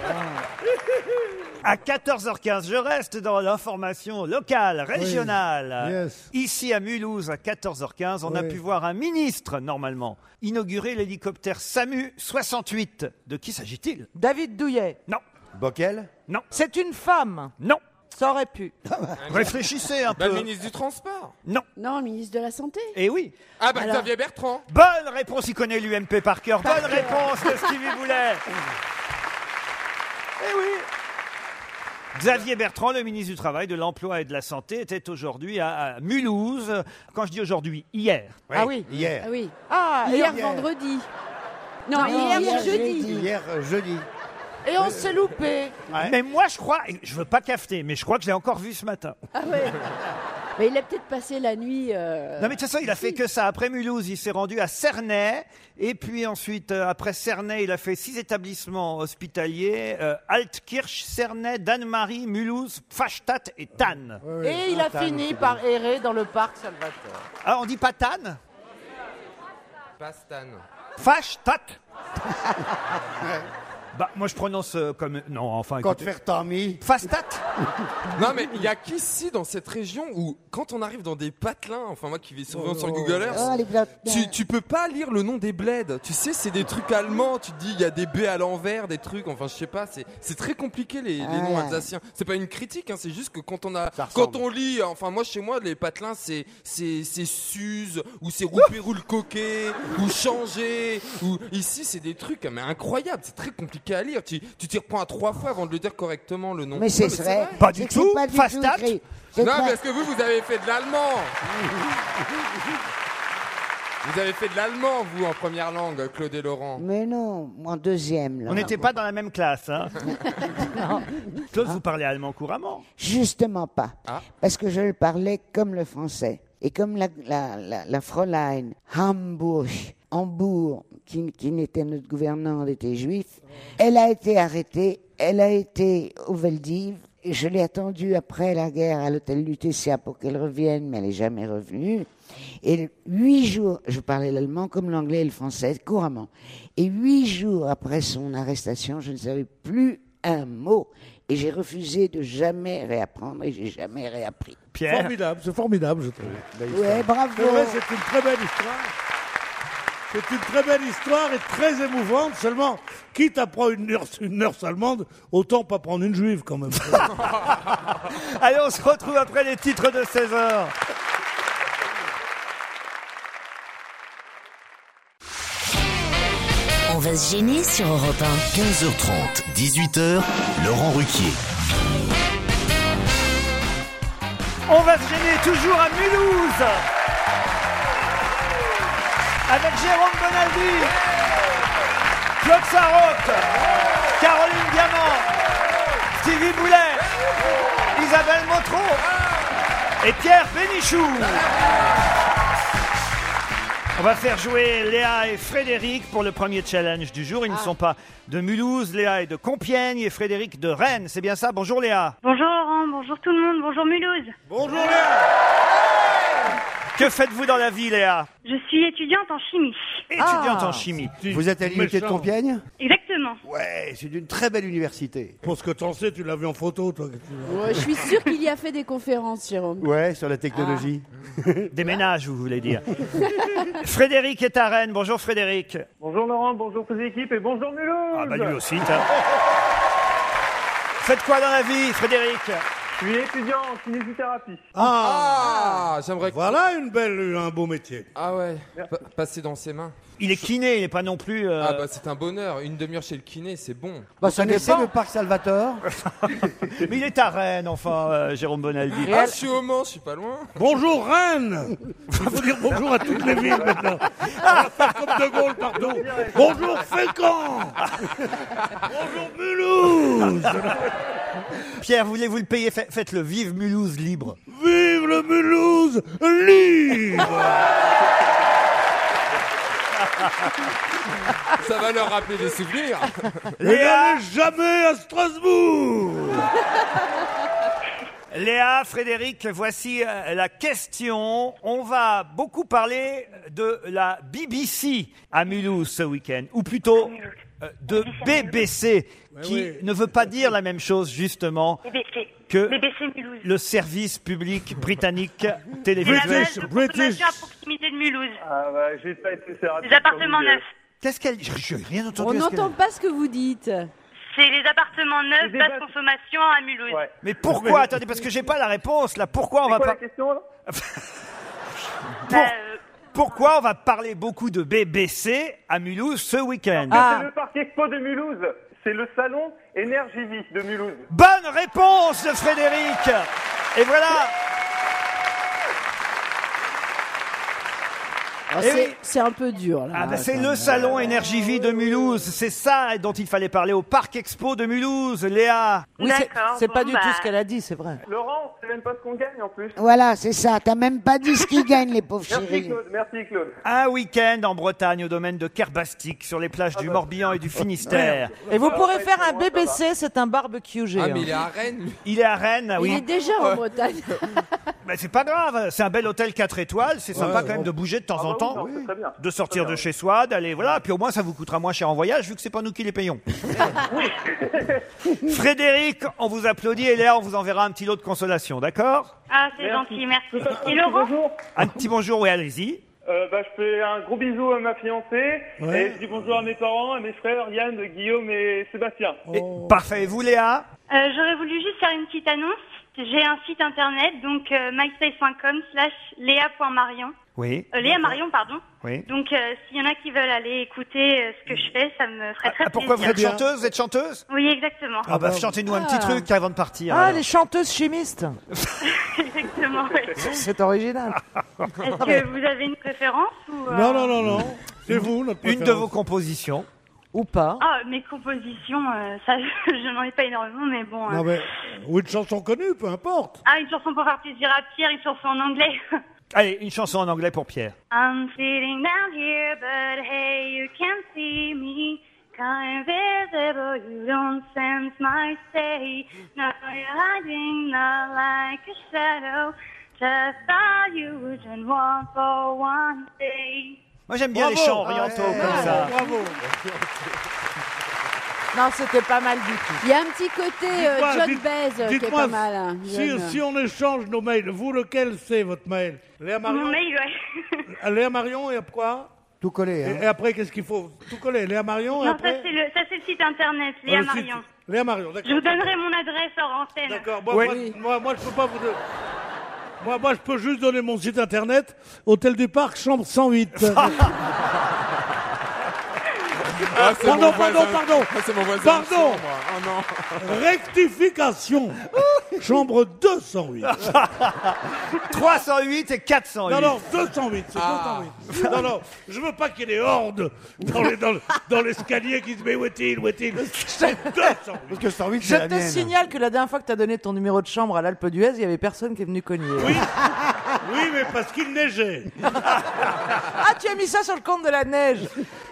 Speaker 3: À 14h15, je reste dans l'information locale,
Speaker 5: Oui.
Speaker 3: régionale.
Speaker 5: Yes.
Speaker 3: Ici à Mulhouse, à 14h15, on a
Speaker 5: Oui.
Speaker 3: pu voir un ministre, normalement, inaugurer l'hélicoptère SAMU 68. De qui s'agit-il
Speaker 9: David Douillet.
Speaker 3: Non.
Speaker 7: Bockel
Speaker 3: Non.
Speaker 9: C'est une femme.
Speaker 3: Non.
Speaker 9: Ça aurait pu.
Speaker 3: <laughs> Réfléchissez un
Speaker 8: Bah,
Speaker 3: peu.
Speaker 8: le ministre du Transport
Speaker 3: Non.
Speaker 10: Non, le ministre de la Santé.
Speaker 3: Eh oui.
Speaker 8: Ah bah Xavier Bertrand
Speaker 3: Bonne réponse, il connaît l'UMP par cœur. Bonne réponse de Stevie Boulet. Eh oui. Xavier Bertrand, le ministre du Travail, de l'Emploi et de la Santé, était aujourd'hui à à Mulhouse. Quand je dis aujourd'hui, hier.
Speaker 9: Ah oui.
Speaker 7: Hier.
Speaker 10: Ah oui.
Speaker 9: Ah, et
Speaker 10: Hier,
Speaker 9: on-
Speaker 10: vendredi. Non,
Speaker 3: Ah,
Speaker 10: hier, jeudi.
Speaker 7: Hier, euh, jeudi.
Speaker 9: Et on s'est loupé.
Speaker 3: Mais moi, je crois, et je veux pas cafeter, mais je crois que je l'ai encore vu ce matin.
Speaker 10: Ah ouais. Mais il a peut-être passé la nuit. euh,
Speaker 3: Non, mais de toute façon, il a fait que ça. Après Mulhouse, il s'est rendu à Cernay. Et puis ensuite, euh, après Cernay, il a fait six établissements hospitaliers euh, Altkirch, Cernay, Danemarie, Mulhouse, Pfastatt et Tannes.
Speaker 9: Et il a fini par errer dans le parc Salvatore.
Speaker 3: Ah, on dit pas Tannes
Speaker 8: Pastan.
Speaker 3: Pfastatt Bah, moi, je prononce euh, comme. Non, enfin.
Speaker 7: Quand
Speaker 3: écoutez.
Speaker 7: faire tant mis.
Speaker 3: Pfastatt
Speaker 8: <laughs> Non mais il y a qu'ici dans cette région où quand on arrive dans des patelins, enfin moi qui vais souvent sur Google Earth,
Speaker 4: Oh, les plats-
Speaker 8: tu, tu peux pas lire le nom des bleds. Tu sais c'est des trucs allemands, tu te dis il y a des B à l'envers, des trucs, enfin je sais pas, c'est c'est très compliqué les, les noms alsaciens. C'est pas une critique, hein, c'est juste que quand on a quand on lit, enfin moi chez moi les patelins c'est c'est c'est Suze ou c'est roupé roule coquet ou changer ou ici c'est des trucs hein, mais incroyables, c'est très compliqué à lire. Tu tu t'y reprends à trois fois avant de le dire correctement le nom.
Speaker 4: <laughs> Mais
Speaker 8: Non,
Speaker 4: c'est
Speaker 8: c'est
Speaker 4: vrai.
Speaker 8: vrai.
Speaker 3: Pas du
Speaker 4: C'est que
Speaker 3: tout,
Speaker 4: c'est pas du
Speaker 3: fast
Speaker 4: tout
Speaker 3: tact.
Speaker 4: écrit. C'est
Speaker 8: Non,
Speaker 4: pas-
Speaker 8: parce que vous, vous avez fait de l'allemand. vous avez fait de l'allemand, vous, en première langue, Claude et Laurent.
Speaker 4: Mais non, en deuxième. là.
Speaker 3: On n'était pas dans la même classe, hein
Speaker 9: <laughs>
Speaker 3: Claude, vous parlez allemand couramment.
Speaker 4: Justement pas.
Speaker 8: Ah.
Speaker 4: Parce que je le parlais comme le français. Et comme la, la, la, la Fräulein Hamburg, Hambourg, qui, qui n'était notre gouvernante, était juif, elle a été arrêtée, elle a été au Veldiv, Et je l'ai attendue après la guerre à l'hôtel Lutetia pour qu'elle revienne, mais elle n'est jamais revenue. Et huit jours, je parlais l'allemand comme l'anglais et le français couramment. Et huit jours après son arrestation, je ne savais plus un mot. Et j'ai refusé de jamais réapprendre et j'ai jamais réappris.
Speaker 5: Formidable, c'est formidable, je trouve.
Speaker 4: Ouais, bravo.
Speaker 5: C'est vrai, c'est une très belle histoire. C'est une très belle histoire et très émouvante. Seulement, quitte à prendre une nurse, une nurse allemande, autant pas prendre une juive quand même.
Speaker 3: <laughs> Allez, on se retrouve après les titres de 16h.
Speaker 1: On va se gêner sur Europe 1.
Speaker 2: 15h30, 18h, Laurent Ruquier.
Speaker 3: On va se gêner toujours à Mulhouse avec Jérôme Bonaldi, Claude Sarraute, Caroline Diamant, Stevie Boulet, Isabelle Motron et Pierre Bénichou. On va faire jouer Léa et Frédéric pour le premier challenge du jour. Ils ne sont pas de Mulhouse, Léa est de Compiègne et Frédéric de Rennes. C'est bien ça Bonjour Léa.
Speaker 12: Bonjour Laurent, bonjour tout le monde, bonjour Mulhouse.
Speaker 5: Bonjour Léa.
Speaker 3: Que faites-vous dans la vie Léa
Speaker 12: Je suis étudiante en chimie.
Speaker 3: Étudiante en chimie.
Speaker 7: Vous êtes à l'unité de Compiègne
Speaker 12: Exactement.
Speaker 7: Ouais, c'est une très belle université.
Speaker 5: Pour ce que t'en sais, tu l'as vu en photo, toi.
Speaker 10: Ouais, je suis sûre qu'il y a fait des conférences, Jérôme.
Speaker 7: Ouais, sur la technologie.
Speaker 3: Des ménages, vous voulez <laughs> dire. Frédéric est à Rennes. Bonjour Frédéric.
Speaker 13: Bonjour Laurent, bonjour toute l'équipe et bonjour Mulhouse
Speaker 3: Ah bah lui aussi, tiens. Faites quoi dans la vie, Frédéric
Speaker 13: Je suis étudiant en kinésithérapie.
Speaker 8: Ah, j'aimerais.
Speaker 5: Voilà une belle, un beau métier.
Speaker 8: Ah ouais. Pa- passer dans ses mains.
Speaker 3: Il est kiné, il n'est pas non plus. euh,
Speaker 8: Ah bah c'est un bonheur. Une demi-heure chez le kiné, c'est bon.
Speaker 7: Bah, ça dépend. le parc <laughs> Salvator
Speaker 3: Mais il est à Rennes, enfin, euh, Jérôme Bonaldi.
Speaker 8: Ah, je suis au Mans, je suis
Speaker 3: <laughs>
Speaker 8: pas loin.
Speaker 5: Bonjour Rennes Il faut dire bonjour à toutes les villes maintenant. On va faire comme De Gaulle partout. Bonjour Fécamp Bonjour Mulhouse
Speaker 3: <laughs> Pierre, voulez-vous le payer Fa- Faites-le. Vive Mulhouse libre.
Speaker 5: Vive le Mulhouse libre
Speaker 8: Ça va leur rappeler des souvenirs.
Speaker 5: Et n'allez jamais à Strasbourg
Speaker 3: Léa, Frédéric, voici euh, la question. On va beaucoup parler de la BBC à Mulhouse ce week-end, ou plutôt euh, de BBC, qui
Speaker 14: oui.
Speaker 3: ne veut pas dire la même chose justement
Speaker 12: BBC.
Speaker 3: que
Speaker 12: BBC Mulhouse.
Speaker 3: le service public
Speaker 13: <laughs>
Speaker 3: britannique
Speaker 12: C'est la
Speaker 3: télévisé.
Speaker 12: base de consommation à proximité de Mulhouse.
Speaker 13: Ah bah, j'ai pas été sérieux.
Speaker 12: Les appartements neufs.
Speaker 3: Qu'est-ce qu'elle dit Je n'ai rien entendu.
Speaker 10: On
Speaker 3: à ce qu'elle
Speaker 10: n'entend
Speaker 3: dit.
Speaker 10: pas ce que vous dites.
Speaker 12: C'est les appartements neufs, basse consommation à Mulhouse.
Speaker 3: Mais pourquoi Attendez, parce que j'ai pas la réponse là. Pourquoi on va pas <laughs>
Speaker 12: Bah,
Speaker 3: Pour-
Speaker 12: euh,
Speaker 3: Pourquoi on va parler beaucoup de BBC à Mulhouse ce week-end
Speaker 13: C'est le parc expo de Mulhouse. C'est le salon Énergie Vie de Mulhouse.
Speaker 3: Bonne réponse de Frédéric Et voilà
Speaker 10: Ah,
Speaker 3: Eh
Speaker 10: c'est-
Speaker 3: oui.
Speaker 10: C'est un peu dur, là.
Speaker 3: Ah bah, c'est le salon Énergie Vie de Mulhouse, c'est ça dont il fallait parler au Parc Expo de Mulhouse, Léa.
Speaker 9: Oui, c'est- c'est pas du
Speaker 13: bah.
Speaker 9: tout ce qu'elle a dit, c'est vrai.
Speaker 13: Laurent, c'est même pas ce qu'on gagne en plus.
Speaker 4: Voilà, c'est ça. T'as même pas dit ce qu'ils gagnent, les pauvres
Speaker 13: Merci
Speaker 4: chéris.
Speaker 13: Claude, merci Claude.
Speaker 3: Un week-end en Bretagne au domaine de Kerbastik sur les plages
Speaker 13: Ah, bah,
Speaker 3: du Morbihan et du Finistère.
Speaker 9: Et vous pourrez faire un BBC, c'est un barbecue géant.
Speaker 3: Ah, mais il est à
Speaker 8: Rennes.
Speaker 3: Il est à Rennes, oui.
Speaker 10: Il est déjà en Bretagne.
Speaker 3: Mais c'est pas grave, c'est un bel hôtel 4 étoiles, c'est sympa
Speaker 5: Ouais,
Speaker 3: quand même
Speaker 5: ouais.
Speaker 3: de bouger de temps
Speaker 13: Ah, bah
Speaker 3: en temps,
Speaker 13: C'est très bien.
Speaker 3: de sortir de chez soi, d'aller voilà, puis au moins ça vous coûtera moins cher en voyage vu que c'est pas nous qui les payons. Frédéric, on vous applaudit et Léa, on vous enverra un petit lot de consolation, d'accord
Speaker 12: Ah, c'est gentil, merci.
Speaker 13: à
Speaker 12: Et
Speaker 13: tous,
Speaker 12: Laurent
Speaker 13: bonjour.
Speaker 3: Un petit bonjour, oui, allez-y.
Speaker 13: Euh, bah, je fais un gros bisou à ma fiancée
Speaker 3: Ouais.
Speaker 13: et je dis bonjour à mes parents, à mes frères Yann, Guillaume et Sébastien.
Speaker 3: Parfait, et vous Léa
Speaker 12: Euh, J'aurais voulu juste faire une petite annonce. J'ai un site internet, donc euh, myspace.com slash léa.marion.
Speaker 3: Oui.
Speaker 12: Euh, Léa Marion, pardon.
Speaker 3: Oui.
Speaker 12: Donc, euh, s'il y en a qui veulent aller écouter euh, ce que je fais, ça me ferait très
Speaker 3: Ah, Pourquoi vous
Speaker 12: plaisir.
Speaker 3: êtes chanteuse Vous êtes chanteuse
Speaker 12: Oui, exactement.
Speaker 3: Ah bah chantez-nous un petit
Speaker 9: Ah.
Speaker 3: truc avant de
Speaker 7: hein.
Speaker 3: partir.
Speaker 9: Ah,
Speaker 3: alors.
Speaker 9: les chanteuses chimistes
Speaker 12: <laughs> exactement.
Speaker 3: <laughs>
Speaker 12: ouais.
Speaker 9: C'est <laughs> original.
Speaker 12: Est-ce que vous avez une préférence ou, euh,
Speaker 5: non. C'est vous, notre
Speaker 3: Une de vos compositions.
Speaker 9: Ou pas
Speaker 12: Ah, mes compositions, euh, ça, <laughs> je n'en ai pas énormément, mais bon. euh,
Speaker 5: Non, mais, ou une chanson connue, peu importe.
Speaker 12: Ah, une chanson pour faire plaisir à Pierre, une chanson en anglais.
Speaker 3: Allez, une chanson en anglais pour Pierre.
Speaker 12: I'm sitting down here, but hey, you can see me. Kind of invisible, you don't sense my stay. Not you're hiding now like a shadow. Just thought you wouldn't want for one day.
Speaker 3: Moi, j'aime bien les chants orientaux comme ça.
Speaker 9: Non, c'était pas mal du tout.
Speaker 10: Il y a un petit côté euh,
Speaker 5: Dites-moi,
Speaker 10: John
Speaker 5: dites-
Speaker 10: Baez euh, qui est
Speaker 5: dites-moi
Speaker 10: pas mal. hein,
Speaker 5: Si,
Speaker 10: John.
Speaker 5: si on échange nos mails, vous, lequel c'est votre mail Léa Marion Euh,
Speaker 12: Mon mail, ouais.
Speaker 5: Léa Marion et quoi
Speaker 7: Tout collé.
Speaker 8: hein.
Speaker 5: Et, et après, qu'est-ce qu'il faut Tout coller. Léa Marion et
Speaker 12: Non, ça
Speaker 5: après
Speaker 12: c'est le, ça, c'est le site internet, Léa
Speaker 5: Euh, si-
Speaker 12: Marion.
Speaker 5: Léa Marion, d'accord.
Speaker 12: Je vous donnerai mon adresse hors antenne. D'accord,
Speaker 5: Moi, moi, moi, moi, je peux pas vous. don- Moi, moi, je peux juste donner mon site internet, Hôtel du Parc, chambre 108.
Speaker 8: <laughs> Ah, c'est
Speaker 5: pardon, pardon,
Speaker 8: mon voisin.
Speaker 5: pardon,
Speaker 8: Ah, c'est mon voisin de
Speaker 5: pardon.
Speaker 8: chambre, moi. Oh
Speaker 5: <laughs>
Speaker 8: non.
Speaker 5: Rectification. chambre 208.
Speaker 3: 308 et 408.
Speaker 5: Non, non, 208, c'est 208. Non, non, je veux pas qu'il y ait des hordes dans les- dans le- dans l'escalier qui se met où est-il, où est-il. C'est 208. Parce
Speaker 7: que 108,
Speaker 9: Je te signale que la dernière fois que tu as donné ton numéro de chambre à l'Alpe d'Huez, il n'y avait personne qui est venu cogner.
Speaker 5: Oui, mais parce qu'il neigeait.
Speaker 9: Ah, tu as mis ça sur le compte de la neige.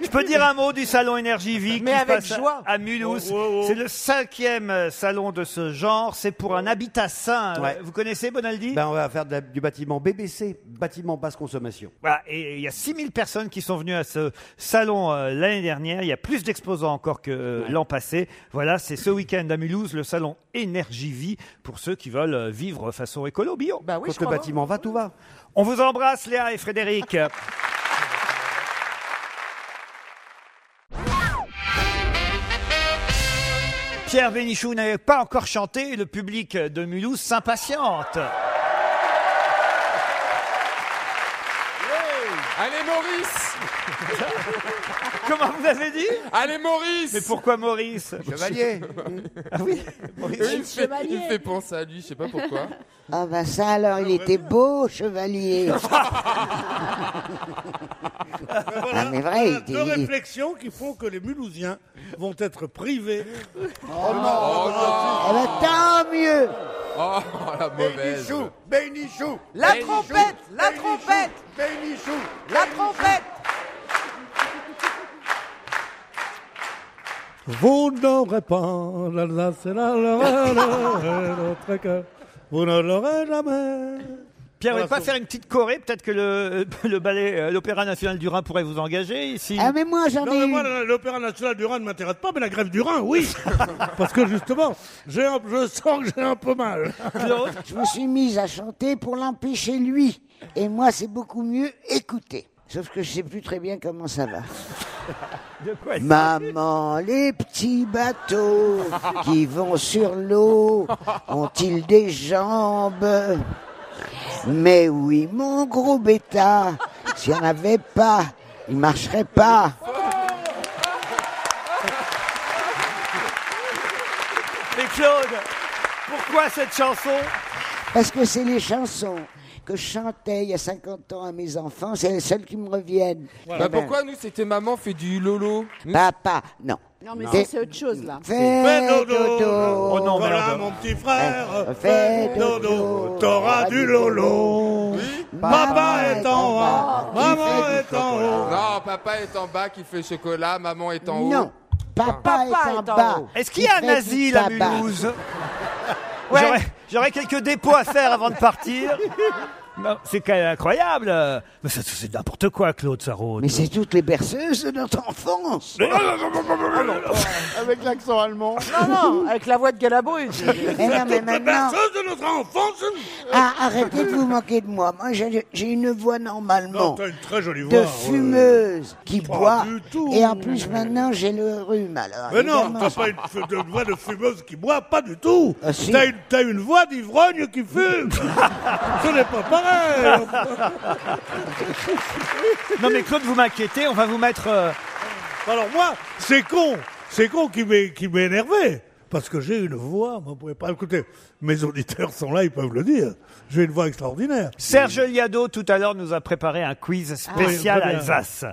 Speaker 3: Je peux dire un mot du salon Énergie Vie
Speaker 9: Mais
Speaker 3: qui se
Speaker 9: avec
Speaker 3: passe à-
Speaker 9: joie.
Speaker 3: à Mulhouse.
Speaker 9: Oh, oh, oh.
Speaker 3: C'est le cinquième euh, salon de ce genre. C'est pour un habitat sain.
Speaker 7: Ouais.
Speaker 3: Euh, Vous connaissez Bonaldi
Speaker 7: Ben, on va faire de la- du bâtiment BBC, bâtiment basse consommation.
Speaker 3: Voilà, et il y a 6000 personnes qui sont venues à ce salon euh, l'année dernière. Il y a plus d'exposants encore que euh, l'an passé. Voilà, c'est ce week-end à Mulhouse, le salon Énergie Vie, pour ceux qui veulent euh, vivre façon écolo-bio.
Speaker 9: Bah
Speaker 7: oui, Quand je le crois bâtiment
Speaker 3: va, tout va. On vous embrasse, Léa et Frédéric. Pierre Bénichou n'avait pas encore chanté, et le public de Mulhouse s'impatiente.
Speaker 8: Allez, Maurice
Speaker 3: Comment vous avez dit
Speaker 8: Allez, Maurice
Speaker 3: Mais pourquoi
Speaker 4: <laughs>
Speaker 3: Maurice
Speaker 7: Chevalier.
Speaker 3: Ah oui
Speaker 8: Oui,
Speaker 3: Maurice.
Speaker 8: il, me fait, il me fait penser à lui, je sais pas
Speaker 10: <laughs>
Speaker 8: pourquoi.
Speaker 4: Ah bah ça alors, il était beau, chevalier.
Speaker 5: Voilà,
Speaker 4: mais vrai,
Speaker 5: voilà
Speaker 4: il
Speaker 5: deux
Speaker 4: dit-
Speaker 5: réflexions qui font que les Mulhousiens vont être privés. Oh non,
Speaker 4: Eh ben, tant mieux
Speaker 8: Oh, la mauvaise Bah,
Speaker 7: Bénichou
Speaker 9: La
Speaker 7: Bénichou,
Speaker 9: trompette, la
Speaker 7: Bénichou,
Speaker 9: trompette,
Speaker 7: Bénichou
Speaker 9: la trompette.
Speaker 5: Vous n'aurez pas l'Alsace et la Lorraine, et notre cœur. Vous ne l'aurez jamais.
Speaker 3: Pierre, vous
Speaker 5: Voilà,
Speaker 3: ne pas
Speaker 5: faut-
Speaker 3: faire une petite chorée Peut-être que le, <laughs> le ballet, euh, l'Opéra National du Rhin pourrait vous engager ici.
Speaker 4: Ah,
Speaker 5: Non, mais moi, la- l'Opéra National du Rhin ne m'intéresse pas, mais la grève du Rhin, oui. <laughs> Parce que justement, j'ai un- je sens que j'ai un peu mal.
Speaker 4: Je me suis mise à chanter pour l'empêcher lui. Et moi, c'est beaucoup mieux écouter. Sauf que je sais plus très bien comment ça va. Maman, les petits bateaux qui vont sur l'eau ont-ils des jambes Mais oui, mon gros bêta, s'il n'y en avait pas, il marcherait pas.
Speaker 3: Mais Claude, pourquoi cette chanson
Speaker 4: Parce que c'est les chansons que je chantais il y a 50 ans à mes enfants, c'est les seules qui me reviennent.
Speaker 8: Bah, pourquoi nous c'était maman fait du lolo Nous-
Speaker 4: Papa, non.
Speaker 10: Non, mais
Speaker 4: Non.
Speaker 10: ça, c'est autre chose là.
Speaker 4: Fais dodo,
Speaker 5: Oh non, voilà
Speaker 4: merde.
Speaker 5: mon petit frère.
Speaker 4: Fais
Speaker 5: dodo, t'auras du lolo. Papa est en
Speaker 4: Oh,
Speaker 5: bas, maman est en haut.
Speaker 8: Non, papa est en bas qui fait chocolat, maman est en haut.
Speaker 4: Non. Papa, est en bas.
Speaker 3: Est-ce qu'il y a
Speaker 4: Il
Speaker 3: un
Speaker 4: fait
Speaker 3: asile
Speaker 4: du
Speaker 3: à
Speaker 4: tabac.
Speaker 3: Mulhouse J'aurais- J'aurais quelques dépôts à faire avant de
Speaker 4: <laughs>
Speaker 3: partir. Non, C'est quand même incroyable. Mais ça, c'est n'importe quoi, Claude Sarraud.
Speaker 4: Mais c'est toutes les berceuses de notre enfance.
Speaker 9: Avec l'accent allemand. Non, non, avec la voix de Galabru.
Speaker 4: Mais Eh non, mais maintenant,
Speaker 5: <laughs> de notre enfance.
Speaker 4: ah, arrêtez de vous moquer de moi. Moi, j'ai j'ai une voix
Speaker 5: Non,
Speaker 4: normalement
Speaker 5: t'as une très jolie voix.
Speaker 4: de
Speaker 5: ouais.
Speaker 4: fumeuse qui
Speaker 5: euh, Pas
Speaker 4: boit.
Speaker 5: du tout.
Speaker 4: Et en plus, maintenant, j'ai le rhume. Alors,
Speaker 5: Mais non,
Speaker 4: évidemment,
Speaker 5: t'as
Speaker 4: ça-
Speaker 5: pas une, fu- de- voix de fumeuse qui boit, pas du tout.
Speaker 4: Ah, si.
Speaker 5: T'as une, t'as une voix d'ivrogne qui
Speaker 4: <laughs>
Speaker 5: fume. Ce n'est pas pareil.
Speaker 3: Non, mais Claude, vous m'inquiétez. On va vous mettre. euh,
Speaker 5: Alors moi, c'est con, c'est con qui m'est qui m'est énervé. Parce que j'ai une voix, moi, vous pouvez pas écouter. Mes auditeurs sont là, ils peuvent le dire. J'ai une voix extraordinaire.
Speaker 3: Serge Liado, tout à l'heure, nous a préparé un quiz spécial
Speaker 5: Ah oui, très bien.
Speaker 3: Alsace.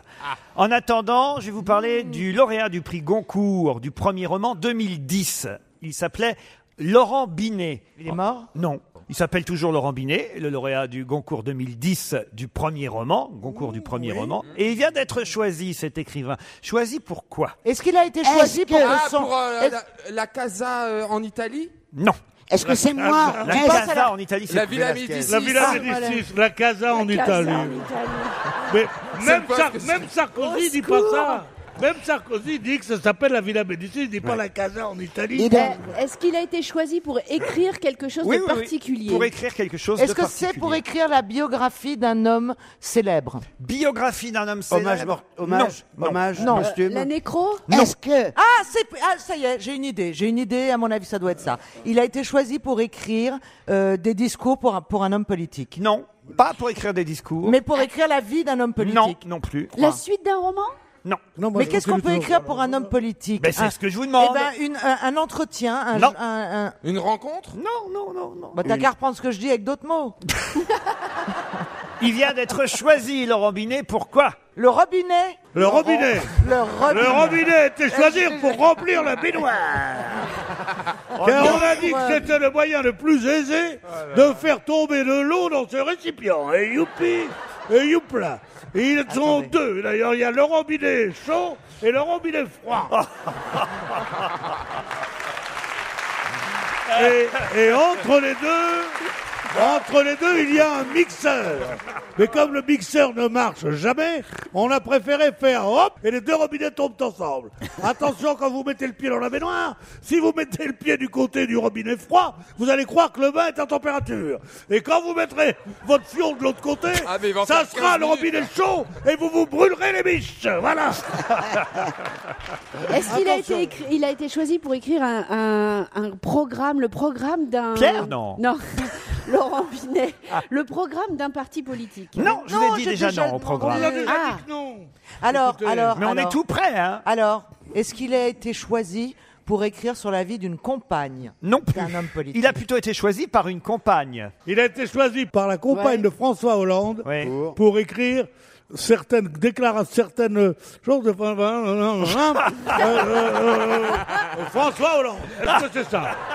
Speaker 3: En attendant, je vais vous parler du lauréat du prix Goncourt du premier roman 2010. Il s'appelait Laurent Binet. Il est mort Non. Il s'appelle toujours Laurent Binet, le lauréat du Goncourt 2010 du premier roman, Goncourt du premier roman. Et il vient d'être choisi, cet écrivain. Choisi pourquoi
Speaker 9: Est-ce qu'il a été choisi pour
Speaker 8: Ah,
Speaker 9: le son
Speaker 8: pour euh,
Speaker 9: Est-ce-
Speaker 8: la, la casa euh, en Italie
Speaker 3: Non.
Speaker 4: Est-ce que c'est moi
Speaker 3: <laughs> La
Speaker 4: Est-ce-
Speaker 3: Casa Ah, en Italie, c'est
Speaker 5: La
Speaker 3: plus
Speaker 5: Villa
Speaker 3: Velasquez.
Speaker 5: Médicis. La Villa Médicis,
Speaker 3: Ah,
Speaker 5: la Casa en Italie. Mais même, Sar- même Sarkozy dit pas ça. Même Sarkozy dit que ça s'appelle la Villa Médicis, il dit pas la Casa en Italie.
Speaker 10: Euh, Est-ce qu'il a été choisi pour écrire quelque chose de particulier
Speaker 3: quelque
Speaker 10: chose
Speaker 9: Est-ce
Speaker 10: de
Speaker 9: que c'est pour
Speaker 10: particulier.
Speaker 9: écrire la biographie d'un homme célèbre
Speaker 3: Biographie d'un homme
Speaker 9: célèbre
Speaker 7: Hommage mort- hommage,
Speaker 9: Non,
Speaker 7: hommage,
Speaker 9: non.
Speaker 7: posthume.
Speaker 9: La
Speaker 10: Euh, nécro
Speaker 9: Est-ce que ah, c'est- ah, ça y est, j'ai une idée. J'ai une idée. À mon avis, ça doit être ça. Il a été choisi pour écrire euh, des discours pour un, pour un homme politique.
Speaker 3: Non, pas pour écrire des discours.
Speaker 9: Mais pour écrire la vie d'un homme politique.
Speaker 3: Non, non plus.
Speaker 9: La
Speaker 10: suite d'un roman
Speaker 3: Non.
Speaker 9: mais qu'est-ce qu'on peut écrire pour un homme politique
Speaker 3: Ben, c'est
Speaker 9: Un-
Speaker 3: ce que je vous demande.
Speaker 9: Eh ben, une- un, un entretien, un,
Speaker 3: Non.
Speaker 9: un- un-
Speaker 8: Une rencontre
Speaker 3: Non, non, non, non.
Speaker 9: Bah, t'as
Speaker 3: Une-
Speaker 9: qu'à reprendre ce que je dis avec d'autres mots.
Speaker 3: Il vient d'être choisi, Laurent Binet. Pourquoi
Speaker 9: Le robinet.
Speaker 5: Le robinet.
Speaker 9: Le robinet.
Speaker 5: Le robinet était
Speaker 3: Euh,
Speaker 5: choisi pour remplir la baignoire.
Speaker 9: Ah.
Speaker 3: <laughs>
Speaker 5: Car on a dit que
Speaker 9: <laughs>
Speaker 5: c'était le moyen le plus aisé de faire tomber de l'eau dans ce récipient. Et youpi, et youpla. Et ils sont deux. D'ailleurs, il y a le robinet chaud et le robinet froid. et, et entre les deux, entre les deux, il y a un mixeur. Mais comme le mixeur ne marche jamais, on a préféré faire hop et les deux robinets tombent ensemble. Attention quand vous mettez le pied dans la baignoire, si vous mettez le pied du côté du robinet froid, vous allez croire que le bain est à température. Et quand vous mettrez votre fion de l'autre côté,
Speaker 8: Ah, mais il va en
Speaker 5: ça
Speaker 8: faire
Speaker 5: sera
Speaker 8: 15
Speaker 5: le robinet
Speaker 8: minutes.
Speaker 5: chaud et vous vous brûlerez les biches. Voilà.
Speaker 10: Est-ce qu'il a
Speaker 5: Attention.
Speaker 10: été, écrit- il a été choisi pour écrire un, un- un programme, le programme d'un...
Speaker 3: Pierre Non.
Speaker 10: Non, <laughs> Laurent Binet. Le programme d'un parti politique.
Speaker 3: Non, je l'ai dit
Speaker 10: j'ai
Speaker 3: déjà non au
Speaker 10: demandé.
Speaker 3: programme.
Speaker 9: Ah.
Speaker 5: non.
Speaker 9: Alors,
Speaker 3: Écoutez. euh,
Speaker 9: alors.
Speaker 3: Mais on est
Speaker 9: alors.
Speaker 3: tout prêt, hein.
Speaker 9: Alors, est-ce qu'il a été choisi pour écrire sur la vie d'une compagne
Speaker 3: Non plus.
Speaker 9: D'un homme politique.
Speaker 3: Il a plutôt été choisi par une compagne.
Speaker 5: Il a été choisi par la compagne
Speaker 3: Ouais.
Speaker 5: de François Hollande pour... écrire certaines déclarations, certaines choses de
Speaker 3: <laughs>
Speaker 5: François Hollande. Est-ce que c'est ça
Speaker 3: <laughs>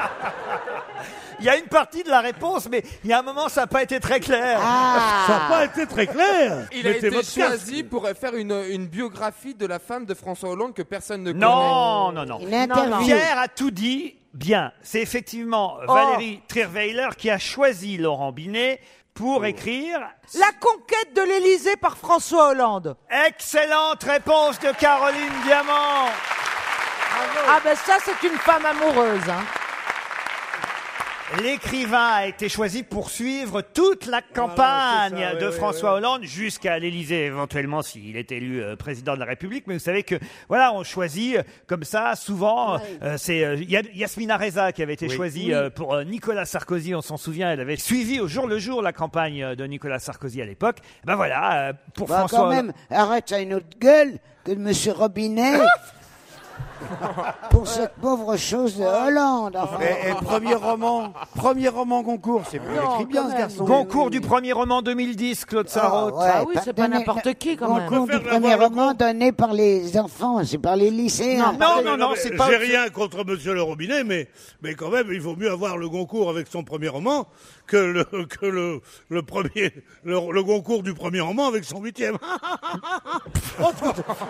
Speaker 3: Il y a une partie de la réponse, mais il y a un moment, ça n'a pas été très clair.
Speaker 9: Ah.
Speaker 5: Ça n'a pas été très clair.
Speaker 8: Ah. Il a
Speaker 5: Mettez
Speaker 8: été
Speaker 5: votre casque.
Speaker 8: choisi pour faire une, une biographie de la femme de François Hollande que personne ne
Speaker 3: Non,
Speaker 8: connaît.
Speaker 3: non, non. Pierre a tout dit bien. C'est effectivement
Speaker 8: Oh.
Speaker 3: Valérie Trierweiler qui a choisi Laurent Binet pour
Speaker 5: Oh.
Speaker 3: écrire.
Speaker 9: La conquête de l'Élysée par François Hollande.
Speaker 3: Excellente réponse de Caroline Diamant.
Speaker 9: Ah ben ça, c'est une femme amoureuse. hein.
Speaker 3: L'écrivain a été choisi pour suivre toute la campagne
Speaker 5: c'est ça, oui,
Speaker 3: de
Speaker 5: oui,
Speaker 3: François Hollande jusqu'à l'Élysée éventuellement s'il est élu euh, président de la République. Mais vous savez que voilà, on choisit euh, comme ça souvent. euh, c'est euh, Ya- Yasmina Reza qui avait été
Speaker 7: Oui.
Speaker 3: choisie
Speaker 7: Oui.
Speaker 3: euh, pour euh, Nicolas Sarkozy. On s'en souvient, elle avait suivi au jour le jour la campagne euh, de Nicolas Sarkozy à l'époque. Ben voilà, euh, pour
Speaker 4: Bah,
Speaker 3: François.
Speaker 4: quand même, arrête, ça a une autre gueule que de
Speaker 5: <laughs>
Speaker 4: Monsieur Robinet pour cette pauvre chose de Hollande. enfin.
Speaker 7: Et, et premier roman, premier roman Goncourt, c'est il écrit bien ce garçon. Ah,
Speaker 3: Concours du premier roman 2010, Claude Sarraute.
Speaker 4: Ouais,
Speaker 9: Ah
Speaker 4: donné- Goncourt du
Speaker 5: la
Speaker 4: premier roman donné par les enfants, c'est par les lycéens.
Speaker 5: mais J'ai rien contre Monsieur le Robinet, mais, mais quand même, il vaut mieux avoir le Goncourt avec son premier roman que le, que le, le premier, le, le Goncourt du premier roman avec son huitième. <laughs> Oh,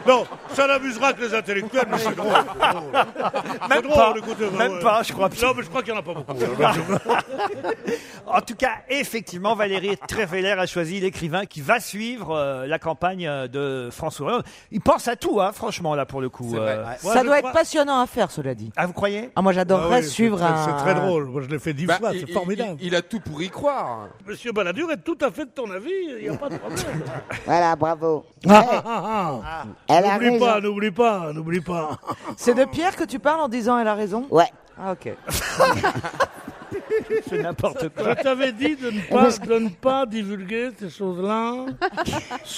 Speaker 5: non, ça n'amusera que les intellectuels, mais c'est drôle. c'est drôle. C'est
Speaker 3: Même
Speaker 5: drôle,
Speaker 3: pas,
Speaker 5: écoutez,
Speaker 3: même pas, je crois.
Speaker 5: Non, mais je crois qu'il n'y en a pas beaucoup.
Speaker 3: <laughs> En tout cas, effectivement, Valérie Treffeler a choisi l'écrivain qui va suivre euh, la campagne euh, de François Hollande. Il pense à tout, hein, franchement, là, pour le coup. euh.
Speaker 9: ça doit être passionnant à faire, cela dit.
Speaker 3: Ah, vous croyez
Speaker 9: Ah, moi, j'adorerais
Speaker 5: Ah oui, c'est
Speaker 9: suivre
Speaker 5: très-
Speaker 9: un.
Speaker 5: c'est très drôle. Moi, je l'ai fait dix
Speaker 8: Bah,
Speaker 5: fois,
Speaker 8: il-
Speaker 5: c'est
Speaker 8: il-
Speaker 5: formidable.
Speaker 8: Il, a tout pour y croire.
Speaker 5: Monsieur Balladur est tout à fait de ton avis, il n'y a pas de problème.
Speaker 4: Voilà, bravo.
Speaker 5: Ah, ah, ah.
Speaker 4: Elle a
Speaker 5: N'oublie
Speaker 4: raison.
Speaker 5: pas, n'oublie pas, n'oublie pas.
Speaker 9: C'est de Pierre que tu parles en disant elle a raison
Speaker 4: Ouais.
Speaker 9: Ah, ok.
Speaker 3: C'est n'importe quoi.
Speaker 5: Je t'avais dit de ne pas, de ne pas divulguer ces choses-là.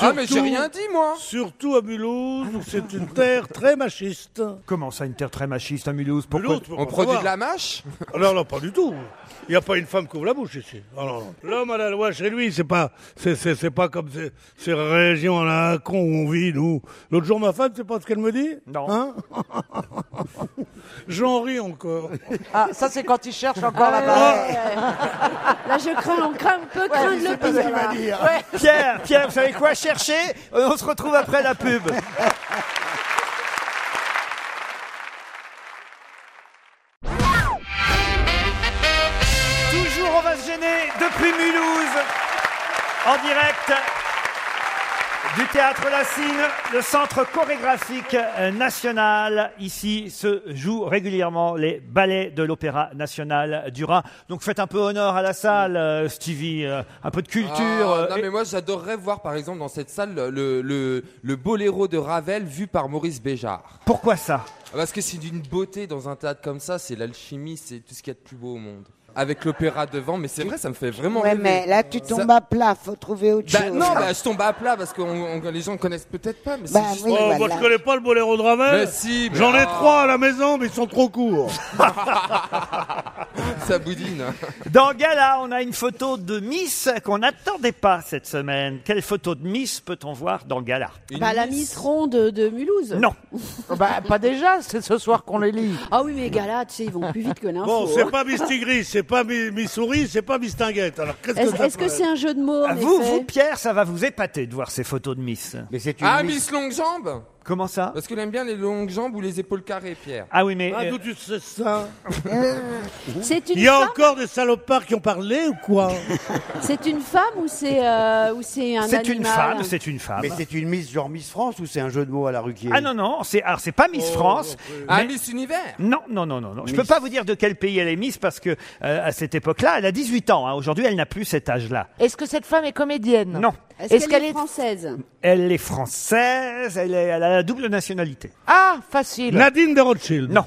Speaker 8: Ah, mais j'ai
Speaker 5: Surtout-
Speaker 8: rien dit, moi.
Speaker 5: Surtout à Mulhouse, où c'est une terre très machiste.
Speaker 3: Comment ça, une terre très machiste à Mulhouse Pourquoi
Speaker 5: Mulhouse, pourquoi
Speaker 8: On produit
Speaker 5: savoir
Speaker 8: de la mâche
Speaker 5: Ah Non, non, pas du tout. Il n'y a pas une femme qui ouvre la bouche ici. Ah non, non. L'homme à la loi chez lui, c'est pas, c'est, c'est, c'est pas comme ces, ces régions à la con où on vit, nous. L'autre jour, ma femme, tu sais pas ce qu'elle me dit Non. <laughs> J'en ris encore.
Speaker 9: Ah, ça, c'est quand il cherche encore la
Speaker 10: Là, je crains, on craint, on peut craindre le pire.
Speaker 7: <laughs>
Speaker 10: là.
Speaker 3: hein. <laughs>
Speaker 10: Ouais.
Speaker 3: Pierre, Pierre, vous savez quoi chercher Euh, On se retrouve après la
Speaker 7: <laughs>
Speaker 3: pub. Françoise Géné depuis Mulhouse, en direct du théâtre Lacine, le centre chorégraphique euh, national. Ici se jouent régulièrement les ballets de l'Opéra national du Rhin. Donc faites un peu honneur à la salle, euh, Stevie, euh, un peu de culture.
Speaker 8: Ah,
Speaker 3: euh,
Speaker 8: non mais moi j'adorerais voir par exemple dans cette salle le, le, le boléro de Ravel vu par Maurice Béjart. Ah,
Speaker 3: Pourquoi ça
Speaker 8: Parce que c'est d'une beauté dans un théâtre comme ça, c'est l'alchimie, c'est tout ce qu'il y a de plus beau au monde. Avec l'opéra devant, mais c'est vrai, ça me fait vraiment
Speaker 4: Ouais,
Speaker 8: rêver.
Speaker 4: mais là, tu
Speaker 8: Ça-
Speaker 4: tombes à plat, faut trouver autre
Speaker 8: Bah,
Speaker 4: chose. Ah.
Speaker 8: non, bah, je tombe à plat parce que on- on- les gens connaissent peut-être pas, mais c'est
Speaker 4: Bah
Speaker 8: juste-
Speaker 4: oui,
Speaker 14: Oh, moi, je connais pas le boléro de Ravel.
Speaker 8: Mais si, mais-
Speaker 14: J'en ai
Speaker 8: Ah.
Speaker 14: trois à la maison, mais ils sont trop courts.
Speaker 8: oh, Ça boudine.
Speaker 3: <laughs>
Speaker 8: hein.
Speaker 3: Dans Gala, on a une photo de Miss qu'on n'attendait pas cette semaine. Quelle photo de Miss peut-on voir dans Gala
Speaker 10: Bah, la Miss Ronde de Mulhouse.
Speaker 3: Non.
Speaker 9: bah, pas déjà, c'est ce soir qu'on les lit.
Speaker 10: Ah oui, mais Gala, tu sais, ils vont plus vite que l'info.
Speaker 14: Bon, c'est
Speaker 10: hein.
Speaker 14: pas Miss Tigris, c'est pas Mi- Miss Souris, c'est pas Miss Tinguette. Alors, qu'est-ce
Speaker 10: Est-ce
Speaker 14: que ça
Speaker 10: est-ce que
Speaker 14: peut
Speaker 10: c'est
Speaker 14: être
Speaker 10: un jeu de mots en
Speaker 3: Vous,
Speaker 10: effet
Speaker 3: vous, Pierre, ça va vous épater de voir ces photos de Miss. Mais c'est
Speaker 8: Ah, Miss Longue Jambe
Speaker 3: Comment ça
Speaker 8: Parce qu'il aime bien les longues jambes ou les épaules carrées, Pierre.
Speaker 3: Ah oui, mais.
Speaker 14: Ah, d'où tu sais ça
Speaker 10: <laughs> C'est
Speaker 14: Il
Speaker 10: une
Speaker 14: y a
Speaker 10: femme
Speaker 14: encore des salopards qui ont parlé ou quoi
Speaker 10: C'est une femme ou c'est euh, ou c'est un animal
Speaker 3: c'est une femme.
Speaker 7: Mais c'est une Miss genre Miss France ou c'est un jeu de mots à la Ruquier
Speaker 3: Ah non, non, c'est alors, c'est pas Miss
Speaker 10: Oh,
Speaker 3: France.
Speaker 8: Ah,
Speaker 3: mais-
Speaker 8: Miss Univers
Speaker 3: Non, non, non, non, non. Je peux pas vous dire de quel pays elle est Miss parce que euh, à cette époque-là, elle a 18 ans. hein. Aujourd'hui, elle n'a plus cet âge-là.
Speaker 9: Est-ce que cette femme est comédienne
Speaker 3: Non.
Speaker 10: Est-ce qu'elle est, française
Speaker 3: Elle est française, elle, est- elle a la double nationalité.
Speaker 9: Ah, facile. <laughs>
Speaker 14: Nadine de Rothschild.
Speaker 3: Non.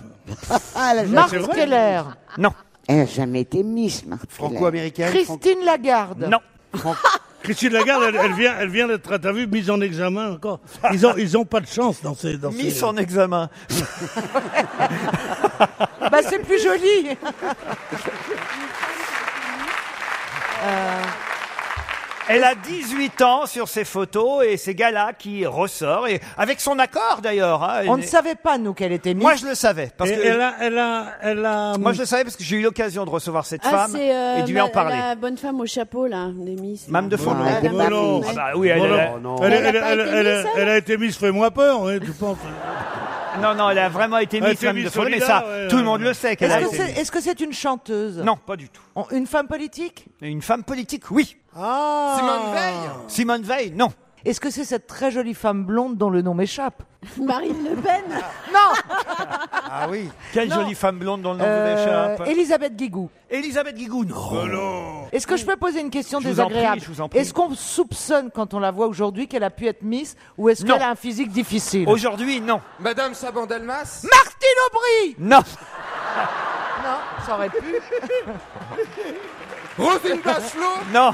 Speaker 4: Ah, là, je-
Speaker 9: Marthe C'est vrai Keller.
Speaker 3: Non.
Speaker 4: Elle n'a jamais été Miss, Marthe Keller.
Speaker 9: Christine Lagarde.
Speaker 3: Non.
Speaker 14: <laughs> Christine Lagarde, elle, elle vient, elle vient d'être, t'as vu, mise en examen encore. Ils ont, ils ont pas de chance dans ces, dans
Speaker 3: Mise
Speaker 14: ces-
Speaker 3: en examen.
Speaker 9: <laughs> Bah, c'est plus joli. Euh,
Speaker 3: <laughs> Elle a 18 ans sur ces photos et c'est Gala qui ressort et avec son accord d'ailleurs. hein.
Speaker 9: on
Speaker 3: Elle-
Speaker 9: ne savait pas, nous, qu'elle était Miss.
Speaker 3: Moi, je le savais. Parce
Speaker 14: Et
Speaker 3: que...
Speaker 14: elle a, elle a, elle a.
Speaker 3: Moi, je le savais parce que j'ai eu l'occasion de recevoir cette
Speaker 10: Ah,
Speaker 3: femme
Speaker 10: c'est euh,
Speaker 3: et de lui en
Speaker 10: ma-
Speaker 3: parler.
Speaker 10: la bonne femme au chapeau, là, des Miss.
Speaker 3: Mme de Fournon.
Speaker 10: Madame
Speaker 14: Oh non.
Speaker 3: Ah bah oui, elle,
Speaker 14: Oh
Speaker 3: elle-
Speaker 14: non. Elle,
Speaker 3: elle-
Speaker 14: elle-
Speaker 3: elle-
Speaker 14: elle-
Speaker 3: elle-
Speaker 14: elle- elle a été mise, fais-moi peur, hein, tu penses.
Speaker 3: elle- bah, Non, non, elle a vraiment été
Speaker 14: Elle a
Speaker 3: Miss
Speaker 14: été
Speaker 3: Mme
Speaker 14: Miss
Speaker 3: de Fournon, mais
Speaker 14: Solida,
Speaker 3: ça,
Speaker 14: ouais,
Speaker 3: tout le
Speaker 14: ouais.
Speaker 3: monde le sait qu'elle a
Speaker 9: Est-ce que
Speaker 3: été
Speaker 9: c'est
Speaker 3: Miss.
Speaker 9: est-ce que c'est une chanteuse
Speaker 3: Non, pas du tout.
Speaker 9: On- Une femme politique
Speaker 3: Une femme politique, oui.
Speaker 9: Ah
Speaker 8: Simone Veil
Speaker 3: Simone Veil, non.
Speaker 9: Est-ce que c'est cette très jolie femme blonde dont le nom m'échappe
Speaker 10: Marine Le
Speaker 9: Ben.
Speaker 10: Pen
Speaker 9: Non
Speaker 3: Ah oui. Quelle
Speaker 9: Non.
Speaker 3: jolie femme blonde dans le nom vous
Speaker 9: Euh,
Speaker 3: échappe.
Speaker 9: Elisabeth Guigou.
Speaker 3: Elisabeth Guigou, non.
Speaker 9: Est-ce que je peux poser une question
Speaker 3: Je vous en prie,
Speaker 9: désagréable
Speaker 3: je vous en prie.
Speaker 9: Est-ce qu'on soupçonne quand on la voit aujourd'hui qu'elle a pu être Miss ou est-ce qu'elle a un physique difficile
Speaker 3: Aujourd'hui, non.
Speaker 8: Madame Sabandelmas
Speaker 9: Martine Aubry
Speaker 3: Non.
Speaker 9: Non, ça aurait pu.
Speaker 8: Rosine Bachelot
Speaker 3: Non.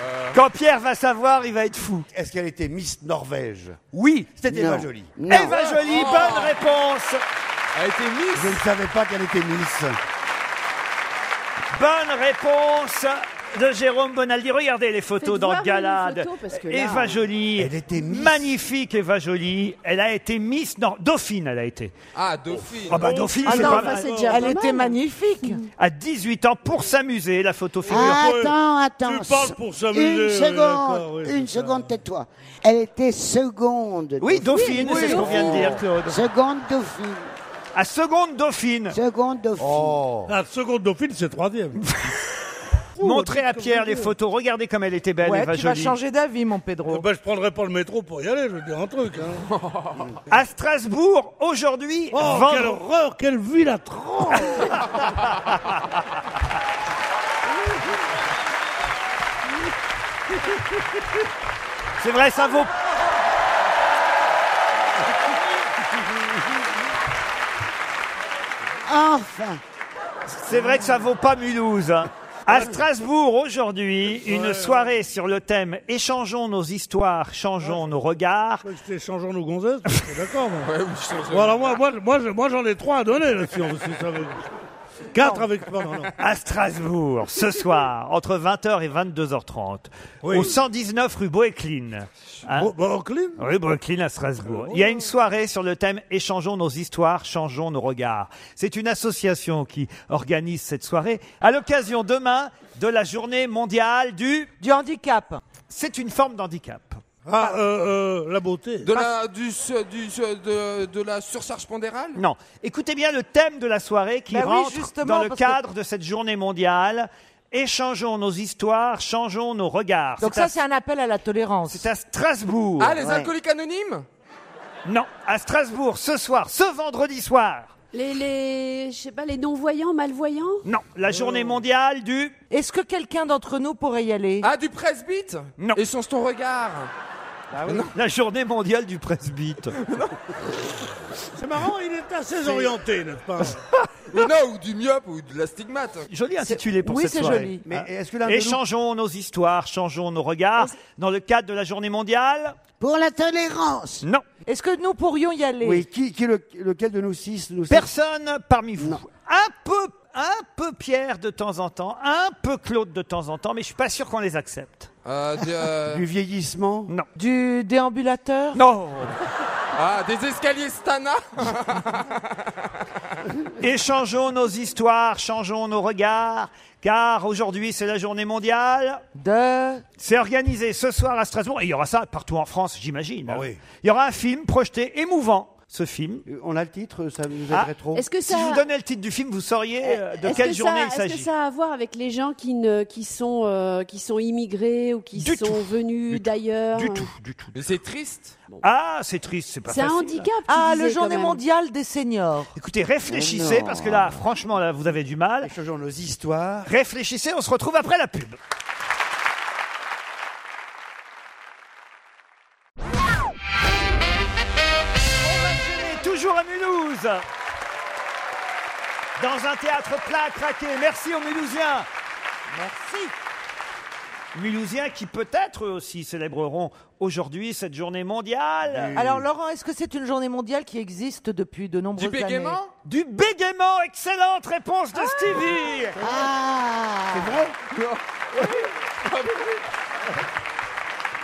Speaker 7: Euh.
Speaker 3: Quand Pierre va savoir, il va être fou.
Speaker 7: Est-ce qu'elle était Miss Norvège
Speaker 3: Oui.
Speaker 7: C'était
Speaker 4: Non.
Speaker 7: Eva Jolie.
Speaker 4: Non.
Speaker 3: Eva Jolie, Eh ben,
Speaker 7: Oh.
Speaker 10: Oh.
Speaker 3: bonne réponse.
Speaker 8: Elle a été Miss
Speaker 7: Je ne savais pas qu'elle était Miss.
Speaker 3: Bonne réponse de Jérôme Bonaldi. Regardez les photos
Speaker 10: Faites
Speaker 3: dans
Speaker 10: voir
Speaker 3: Galade.
Speaker 10: les photos, parce que là-
Speaker 3: Eva Jolie.
Speaker 7: Elle était Miss.
Speaker 3: Magnifique Eva Jolie. Elle a été Miss. Non, Dauphine, elle a été.
Speaker 8: Ah, Dauphine
Speaker 3: Ah bah Dauphine,
Speaker 10: Ah
Speaker 3: c'est
Speaker 10: non,
Speaker 3: pas
Speaker 10: enfin,
Speaker 3: mal.
Speaker 10: c'est déjà
Speaker 9: Elle
Speaker 10: pas
Speaker 9: était
Speaker 10: mal.
Speaker 9: magnifique.
Speaker 3: À 18 ans, pour s'amuser, la photo figure.
Speaker 4: Ah,
Speaker 14: Ouais.
Speaker 4: attends, attends.
Speaker 14: Tu parles pour s'amuser,
Speaker 4: Une
Speaker 3: euh,
Speaker 14: oui,
Speaker 4: seconde,
Speaker 14: d'accord, oui,
Speaker 4: une
Speaker 14: c'est ça.
Speaker 4: seconde, tais-toi. Elle était seconde.
Speaker 3: Oui, Dauphine,
Speaker 4: Oui,
Speaker 3: c'est ce qu'on vient de dire, Claude.
Speaker 4: Seconde Dauphine.
Speaker 3: À seconde Dauphine. Oh.
Speaker 4: Seconde Dauphine.
Speaker 14: La Ah, seconde dauphine, c'est
Speaker 3: <laughs>
Speaker 14: troisième.
Speaker 3: Montrez à Pierre les photos. Regardez comme elle était belle,
Speaker 9: Ouais,
Speaker 3: Eva
Speaker 9: tu vas
Speaker 3: Jolie.
Speaker 9: changer d'avis, mon Pedro.
Speaker 14: ben, je prendrais pas le métro pour y aller, je veux dire un truc. Hein.
Speaker 3: <laughs> À Strasbourg, aujourd'hui,
Speaker 14: Oh,
Speaker 3: vendre-
Speaker 14: quelle horreur, quelle ville atroce
Speaker 3: C'est vrai, ça vaut.
Speaker 4: Enfin.
Speaker 3: C'est vrai que ça vaut pas Mulhouse. hein. À Strasbourg, aujourd'hui, une soirée sur le thème Échangeons nos histoires, changeons nos regards.
Speaker 14: Ouais, C'était changeons nos gonzesses, c'est d'accord. moi.
Speaker 8: Ouais, oui, je change- <laughs>
Speaker 14: Bon, alors, moi, moi, moi, je- moi, j'en ai trois à donner, là, si on si ça veut. Quatre avec. Non, non, non.
Speaker 3: À Strasbourg, ce soir, entre 20h et 22h30,
Speaker 14: Oui.
Speaker 3: au 119 rue Boécline. hein,
Speaker 14: Bon, bon, Clean
Speaker 3: Rue Brooklyn à Strasbourg.
Speaker 14: Oh.
Speaker 3: Il y a une soirée sur le thème Échangeons nos histoires, changeons nos regards. C'est une association qui organise cette soirée à l'occasion demain de la journée mondiale du...
Speaker 9: Du handicap.
Speaker 3: C'est une forme d'handicap.
Speaker 14: Ah, euh, euh, la beauté.
Speaker 8: De la, du, su- du, su- de, de la surcharge pondérale
Speaker 3: Non. Écoutez bien le thème de la soirée qui
Speaker 8: Bah oui,
Speaker 3: rentre
Speaker 8: justement,
Speaker 3: dans le
Speaker 8: parce
Speaker 3: cadre de cette journée mondiale. Échangeons nos histoires, changeons nos regards.
Speaker 9: Donc
Speaker 3: C'est à-
Speaker 9: ça, c'est un appel à la tolérance.
Speaker 3: C'est à Strasbourg.
Speaker 8: Ah, les alcooliques anonymes
Speaker 3: Non, à Strasbourg, ce soir, ce vendredi soir.
Speaker 10: Les, les, je sais pas, les non-voyants, malvoyants
Speaker 3: Non, la journée
Speaker 8: Oh.
Speaker 3: mondiale du...
Speaker 9: Est-ce que quelqu'un d'entre nous pourrait y aller
Speaker 8: Ah, du presbyte
Speaker 3: Non. Ah
Speaker 8: Et change ton regard Ah, Non.
Speaker 3: La journée mondiale du
Speaker 8: <laughs>
Speaker 3: presbyte.
Speaker 14: C'est marrant, il est assez orienté, n'est-ce
Speaker 8: <laughs>
Speaker 14: pas
Speaker 8: Ou non, ou du myope, ou de la stigmate.
Speaker 3: Joli intitulé pour cette soirée.
Speaker 8: Mais
Speaker 3: Hein.
Speaker 10: Ah.
Speaker 9: Ah.
Speaker 8: est-ce que l'un de nous-
Speaker 3: Échangeons nos histoires, changeons nos regards dans le cadre de la journée mondiale.
Speaker 4: Pour la tolérance.
Speaker 3: Non.
Speaker 9: Est-ce que nous pourrions y aller
Speaker 7: Oui, qui, qui le- lequel de nous six nous six-
Speaker 3: Personne parmi vous. Un peu, un peu Pierre de temps en temps, un peu Claude de temps en temps, mais je suis pas sûr qu'on les accepte.
Speaker 8: Euh, de, euh,
Speaker 7: <laughs> Du vieillissement
Speaker 3: Non.
Speaker 9: Du déambulateur
Speaker 3: Non
Speaker 8: Ah, des escaliers Stana
Speaker 3: Échangeons nos histoires, changeons nos regards, car aujourd'hui c'est la journée mondiale.
Speaker 9: De.
Speaker 3: C'est organisé ce soir à Strasbourg, et il y aura ça partout en France, j'imagine.
Speaker 7: Ah
Speaker 3: hein. Il y aura un film projeté émouvant. Ce film.
Speaker 7: Euh, On a le titre, ça nous
Speaker 3: Ah,
Speaker 7: aiderait trop.
Speaker 10: Est-ce que
Speaker 3: Si
Speaker 10: ça-
Speaker 3: je vous donnais le titre du film, vous sauriez euh, de
Speaker 10: Est-ce
Speaker 3: quelle
Speaker 10: que ça-
Speaker 3: journée il
Speaker 10: Est-ce que
Speaker 3: s'agit.
Speaker 10: ça a à voir avec les gens qui, ne, qui, sont, euh, qui sont immigrés ou qui sont venus d'ailleurs
Speaker 3: Du tout, du tout.
Speaker 8: Mais c'est triste.
Speaker 3: Ah, c'est triste, c'est pas
Speaker 10: C'est un
Speaker 3: facile.
Speaker 10: handicap, tu
Speaker 9: Ah,
Speaker 10: disais,
Speaker 9: le
Speaker 10: quand
Speaker 9: journée
Speaker 10: même. Oh
Speaker 9: mondiale des seniors.
Speaker 3: Écoutez, réfléchissez,
Speaker 9: Mais non.
Speaker 3: parce que là, franchement, là, vous avez du mal. Échangeons nos histoires. Réfléchissez, on se retrouve après la pub. On est toujours à Mulhouse. Dans un théâtre plat à craquer. Merci aux Mulhousiens.
Speaker 9: Merci.
Speaker 3: Mulhousiens qui peut-être eux aussi célébreront aujourd'hui cette journée mondiale.
Speaker 9: Alors Laurent, est-ce que c'est une journée mondiale qui existe depuis de nombreuses années
Speaker 3: Du bégaiement, excellente réponse de Stevie
Speaker 9: Ah
Speaker 3: C'est vrai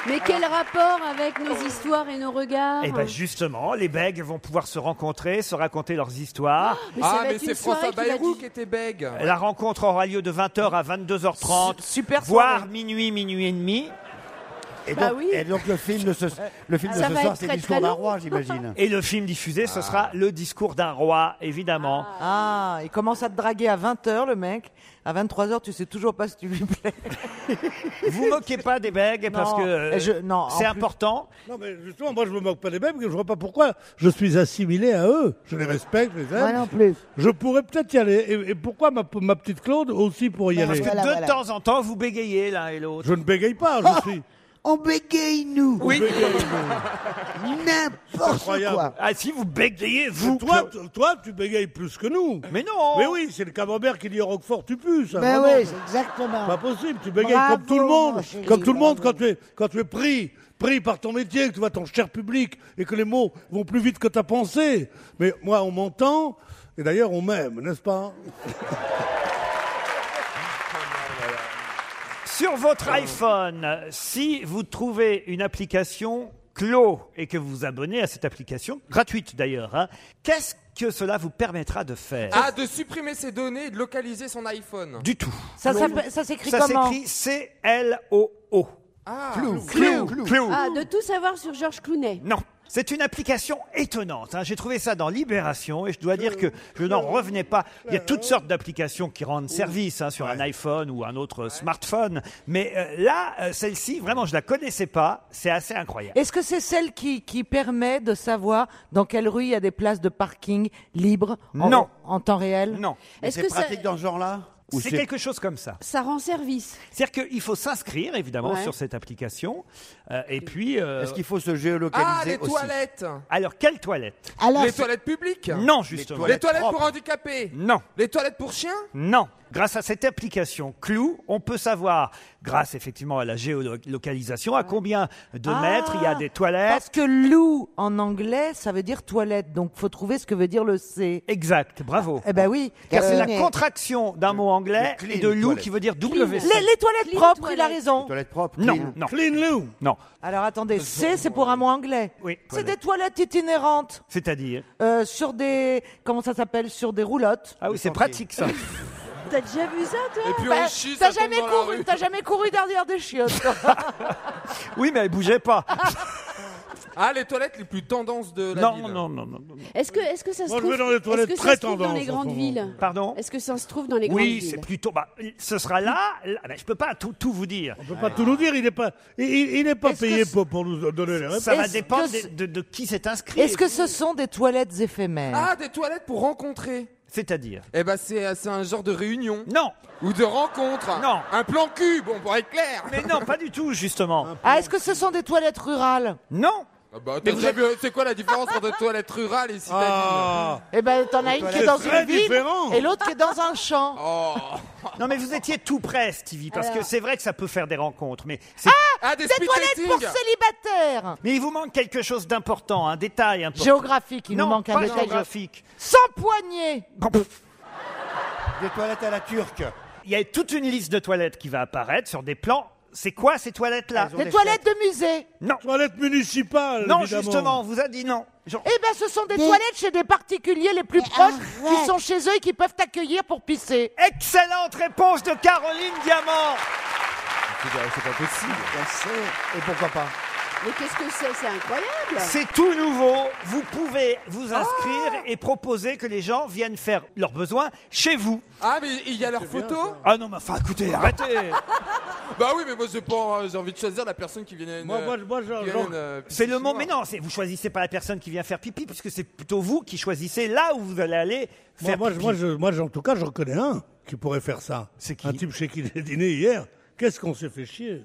Speaker 10: Mais quel rapport avec nos histoires et nos regards
Speaker 3: Eh bien justement, les bègues vont pouvoir se rencontrer, se raconter leurs histoires.
Speaker 10: mais ça
Speaker 8: Ah,
Speaker 10: va
Speaker 8: mais
Speaker 10: être une
Speaker 8: c'est
Speaker 10: soirée
Speaker 8: François
Speaker 10: qui va
Speaker 8: Bayrou
Speaker 10: du-
Speaker 8: qui était bègue.
Speaker 3: La rencontre aura lieu de 20h à 22h30,
Speaker 9: super
Speaker 3: voire
Speaker 9: soirée.
Speaker 3: minuit, minuit et demi.
Speaker 7: Et,
Speaker 10: Bah
Speaker 7: donc,
Speaker 10: oui.
Speaker 7: et donc le film de ce, le film de
Speaker 10: Ça
Speaker 7: ce
Speaker 10: va
Speaker 7: soir,
Speaker 10: être
Speaker 7: c'est
Speaker 10: très,
Speaker 7: l'histoire
Speaker 10: très
Speaker 7: d'un
Speaker 10: long. <laughs>
Speaker 7: roi, j'imagine.
Speaker 3: Et le film diffusé, ce
Speaker 8: Ah.
Speaker 3: sera Le discours d'un roi, évidemment.
Speaker 9: Ah, il commence à te draguer à 20h le mec. À 23h, tu sais toujours pas si tu lui plais.
Speaker 3: Vous moquez pas des bègues <laughs> parce
Speaker 9: Non,
Speaker 3: que euh,
Speaker 9: et je- non, en
Speaker 3: c'est
Speaker 9: plus-
Speaker 3: important.
Speaker 14: Non, mais justement, moi, je me moque pas des mêmes, que je vois pas pourquoi je suis assimilé à eux. Je les respecte, je les aime.
Speaker 4: Moi non plus.
Speaker 14: Je pourrais peut-être y aller. Et, et pourquoi ma, ma petite Claude aussi pour
Speaker 4: Bah,
Speaker 14: y
Speaker 3: Parce
Speaker 14: aller
Speaker 3: que de temps en temps, vous bégayez l'un et l'autre.
Speaker 14: Je ne bégaye pas, je suis.
Speaker 4: Ah, On bégaye, nous.
Speaker 3: Oui.
Speaker 4: N'importe quoi.
Speaker 3: Ah, si vous bégayez, vous.
Speaker 14: Toi, t- toi, tu bégayes plus que nous.
Speaker 3: Mais non
Speaker 14: Mais oui, c'est le camembert qui dit au Roquefort, tu pues.
Speaker 9: Bah
Speaker 14: ça,
Speaker 7: Bah
Speaker 4: Ben
Speaker 14: vraiment.
Speaker 4: oui, c'est exactement.
Speaker 14: Pas possible, tu bégayes
Speaker 4: Bravo,
Speaker 14: comme tout le monde.
Speaker 4: mon chéri,
Speaker 14: comme tout le monde
Speaker 4: bravo.
Speaker 14: quand tu es, quand tu es pris, pris par ton métier, que tu vois ton cher public et que les mots vont plus vite que ta pensée. Mais moi, on m'entend et d'ailleurs, on m'aime, n'est-ce pas
Speaker 3: Sur votre iPhone, si vous trouvez une application Clos et que vous vous abonnez à cette application, gratuite d'ailleurs, hein, qu'est-ce que cela vous permettra de faire
Speaker 8: Ah, de supprimer ses données et de localiser son iPhone.
Speaker 3: Du tout.
Speaker 9: Ça s'appelle- ça s'écrit
Speaker 3: Ça
Speaker 9: comment
Speaker 3: s'écrit C-L-O-O.
Speaker 8: Ah,
Speaker 3: Clou. Clou.
Speaker 10: Ah, de tout savoir sur Georges Clooney.
Speaker 3: Non. C'est une application étonnante. hein. J'ai trouvé ça dans Libération et je dois dire que je n'en revenais pas. Il y a toutes sortes d'applications qui rendent service hein, sur un iPhone ou un autre smartphone. Mais euh, là, euh, celle-ci, vraiment, je la connaissais pas. C'est assez incroyable.
Speaker 9: Est-ce que c'est celle qui, qui permet de savoir dans quelle rue il y a des places de parking libres en,
Speaker 3: Non.
Speaker 9: en temps réel
Speaker 3: Non.
Speaker 7: Mais
Speaker 10: Est-ce
Speaker 7: c'est
Speaker 10: que ça-
Speaker 7: pratique dans ce genre-là Ou
Speaker 3: C'est quelque chose comme ça.
Speaker 10: Ça rend service.
Speaker 3: C'est-à-dire qu'il faut s'inscrire, évidemment,
Speaker 10: Ouais.
Speaker 3: sur cette application. euh, et puis. euh,
Speaker 7: Est-ce qu'il faut se
Speaker 8: Ah,
Speaker 7: géolocaliser
Speaker 8: les
Speaker 7: aussi
Speaker 8: toilettes
Speaker 3: Alors, quelle toilette
Speaker 4: Alors,
Speaker 8: Les toilettes publiques
Speaker 3: Non, justement.
Speaker 8: Les toilettes pour handicapés
Speaker 3: Non.
Speaker 8: Les toilettes pour chiens
Speaker 3: Non. Grâce à cette application Clou, on peut savoir, grâce effectivement à la géolocalisation, à combien de
Speaker 9: Ah,
Speaker 3: mètres il y a des toilettes.
Speaker 9: Parce que lou en anglais, ça veut dire toilette, donc faut trouver ce que veut dire le C.
Speaker 3: Exact, bravo.
Speaker 9: Eh ben oui.
Speaker 3: Car c'est
Speaker 9: Euh,
Speaker 3: la contraction d'un mot anglais
Speaker 7: le clean
Speaker 3: et de loup
Speaker 7: toilette.
Speaker 3: qui veut dire
Speaker 9: les,
Speaker 3: WC.
Speaker 9: les toilettes
Speaker 10: Clean
Speaker 9: propres, il a
Speaker 10: toilette.
Speaker 9: raison.
Speaker 7: Toilettes propres
Speaker 3: Non,
Speaker 7: clean.
Speaker 3: non,
Speaker 14: Clean Lou
Speaker 3: non.
Speaker 9: Alors attendez, C c'est pour un mot anglais.
Speaker 3: Oui,
Speaker 9: C'est
Speaker 3: toilette.
Speaker 9: des toilettes itinérantes
Speaker 3: C'est-à-dire
Speaker 9: euh, sur des comment ça s'appelle sur des roulottes.
Speaker 3: Ah oui, c'est pratique ça.
Speaker 9: T'as déjà vu ça, toi
Speaker 8: Et puis on
Speaker 9: Bah,
Speaker 8: chie, ça
Speaker 9: T'as
Speaker 8: tombe
Speaker 9: jamais
Speaker 8: dans la
Speaker 9: couru,
Speaker 8: rue.
Speaker 9: t'as jamais couru derrière des chiottes.
Speaker 3: Oui, mais elle bougeait pas.
Speaker 8: <laughs> Ah, les toilettes les plus tendances de la
Speaker 3: Non,
Speaker 8: ville.
Speaker 3: non, non, non.
Speaker 10: Est-ce que, est-ce que ça se
Speaker 8: Moi, je
Speaker 10: trouve
Speaker 8: vais dans les
Speaker 10: est-ce
Speaker 8: toilettes
Speaker 10: que ça
Speaker 8: très
Speaker 10: se trouve dans
Speaker 8: tendance
Speaker 10: les
Speaker 8: en ce
Speaker 10: grandes
Speaker 8: moment.
Speaker 10: villes
Speaker 3: Pardon
Speaker 10: Est-ce que ça se trouve dans les grandes
Speaker 3: Oui,
Speaker 10: villes
Speaker 3: c'est plutôt. Bah, ce sera là. là- ah ben, je peux pas tout, tout vous dire.
Speaker 5: On peut pas tout nous dire, il n'est pas, il, il- il n'est pas
Speaker 3: Est-ce que
Speaker 5: payé
Speaker 3: c'est-
Speaker 5: pour, pour nous donner les réponses.
Speaker 3: Ça va
Speaker 9: Est-ce
Speaker 3: dépendre
Speaker 9: que
Speaker 3: de, de- de qui s'est inscrit.
Speaker 9: Est-ce que ce sont des toilettes éphémères
Speaker 8: Ah, des toilettes pour rencontrer.
Speaker 3: C'est-à-dire
Speaker 8: Eh ben, c'est euh, c'est un genre de réunion.
Speaker 3: Non.
Speaker 8: Ou de rencontre. Non. Un plan cube, on pourrait être clair.
Speaker 3: Mais non, pas du tout, justement.
Speaker 9: Ah, est-ce que ce sont des toilettes rurales
Speaker 3: Non.
Speaker 8: Bah, t'as déjà vu- c'est quoi la différence entre toilettes rurales et citadines
Speaker 3: Ah.
Speaker 9: Eh ben, t'en as
Speaker 8: Les
Speaker 9: une qui est
Speaker 8: toilettes
Speaker 9: dans
Speaker 8: très
Speaker 9: une ville
Speaker 8: différentes.
Speaker 9: et l'autre qui est dans un champ.
Speaker 3: Non, mais vous étiez tout près, Stevie, parce
Speaker 9: Alors.
Speaker 3: que c'est vrai que ça peut faire des rencontres, mais c'est-
Speaker 9: Ah,
Speaker 8: des
Speaker 9: des,
Speaker 8: speed
Speaker 9: toilettes
Speaker 8: dating.
Speaker 9: pour célibataires.
Speaker 3: Mais il vous manque quelque chose d'important, un détail important.
Speaker 9: Géographique, il
Speaker 3: non,
Speaker 9: nous manque un
Speaker 3: pas
Speaker 9: détail.
Speaker 3: géographique.
Speaker 9: Sans poignée.
Speaker 3: Des toilettes à la turque. Il y a toute une liste de toilettes qui va apparaître sur des plans. C'est quoi ces toilettes-là
Speaker 9: Des toilettes de musée.
Speaker 3: Non.
Speaker 5: Toilettes municipales.
Speaker 3: Non,
Speaker 5: évidemment.
Speaker 3: justement, on vous a dit non. Genre-
Speaker 9: Eh ben, ce sont des, toilettes chez des particuliers les plus proches qui sont chez eux et qui peuvent t'accueillir pour pisser.
Speaker 3: Excellente réponse de Caroline Diamant.
Speaker 8: C'est pas possible.
Speaker 7: Et pourquoi pas
Speaker 10: Mais qu'est-ce que c'est C'est incroyable
Speaker 3: C'est tout nouveau. Vous pouvez vous inscrire et proposer que les gens viennent faire leurs besoins chez vous.
Speaker 8: Ah, mais il y a leurs photos
Speaker 3: Ah non, mais enfin, écoutez, arrêtez.
Speaker 8: <laughs> Bah oui, mais moi, j'ai pas, euh, j'ai envie de choisir la personne qui vient. euh,
Speaker 3: Moi, moi, C'est le moment. Mais non, c'est- vous choisissez pas la personne qui vient faire pipi, puisque c'est plutôt vous qui choisissez là où vous allez aller
Speaker 5: Moi,
Speaker 3: faire
Speaker 5: moi, je-
Speaker 3: pipi.
Speaker 5: moi, je- moi, je- en tout cas, je reconnais un qui pourrait faire ça. C'est qui Un type chez qui j'ai dîné hier. Qu'est-ce qu'on s'est fait chier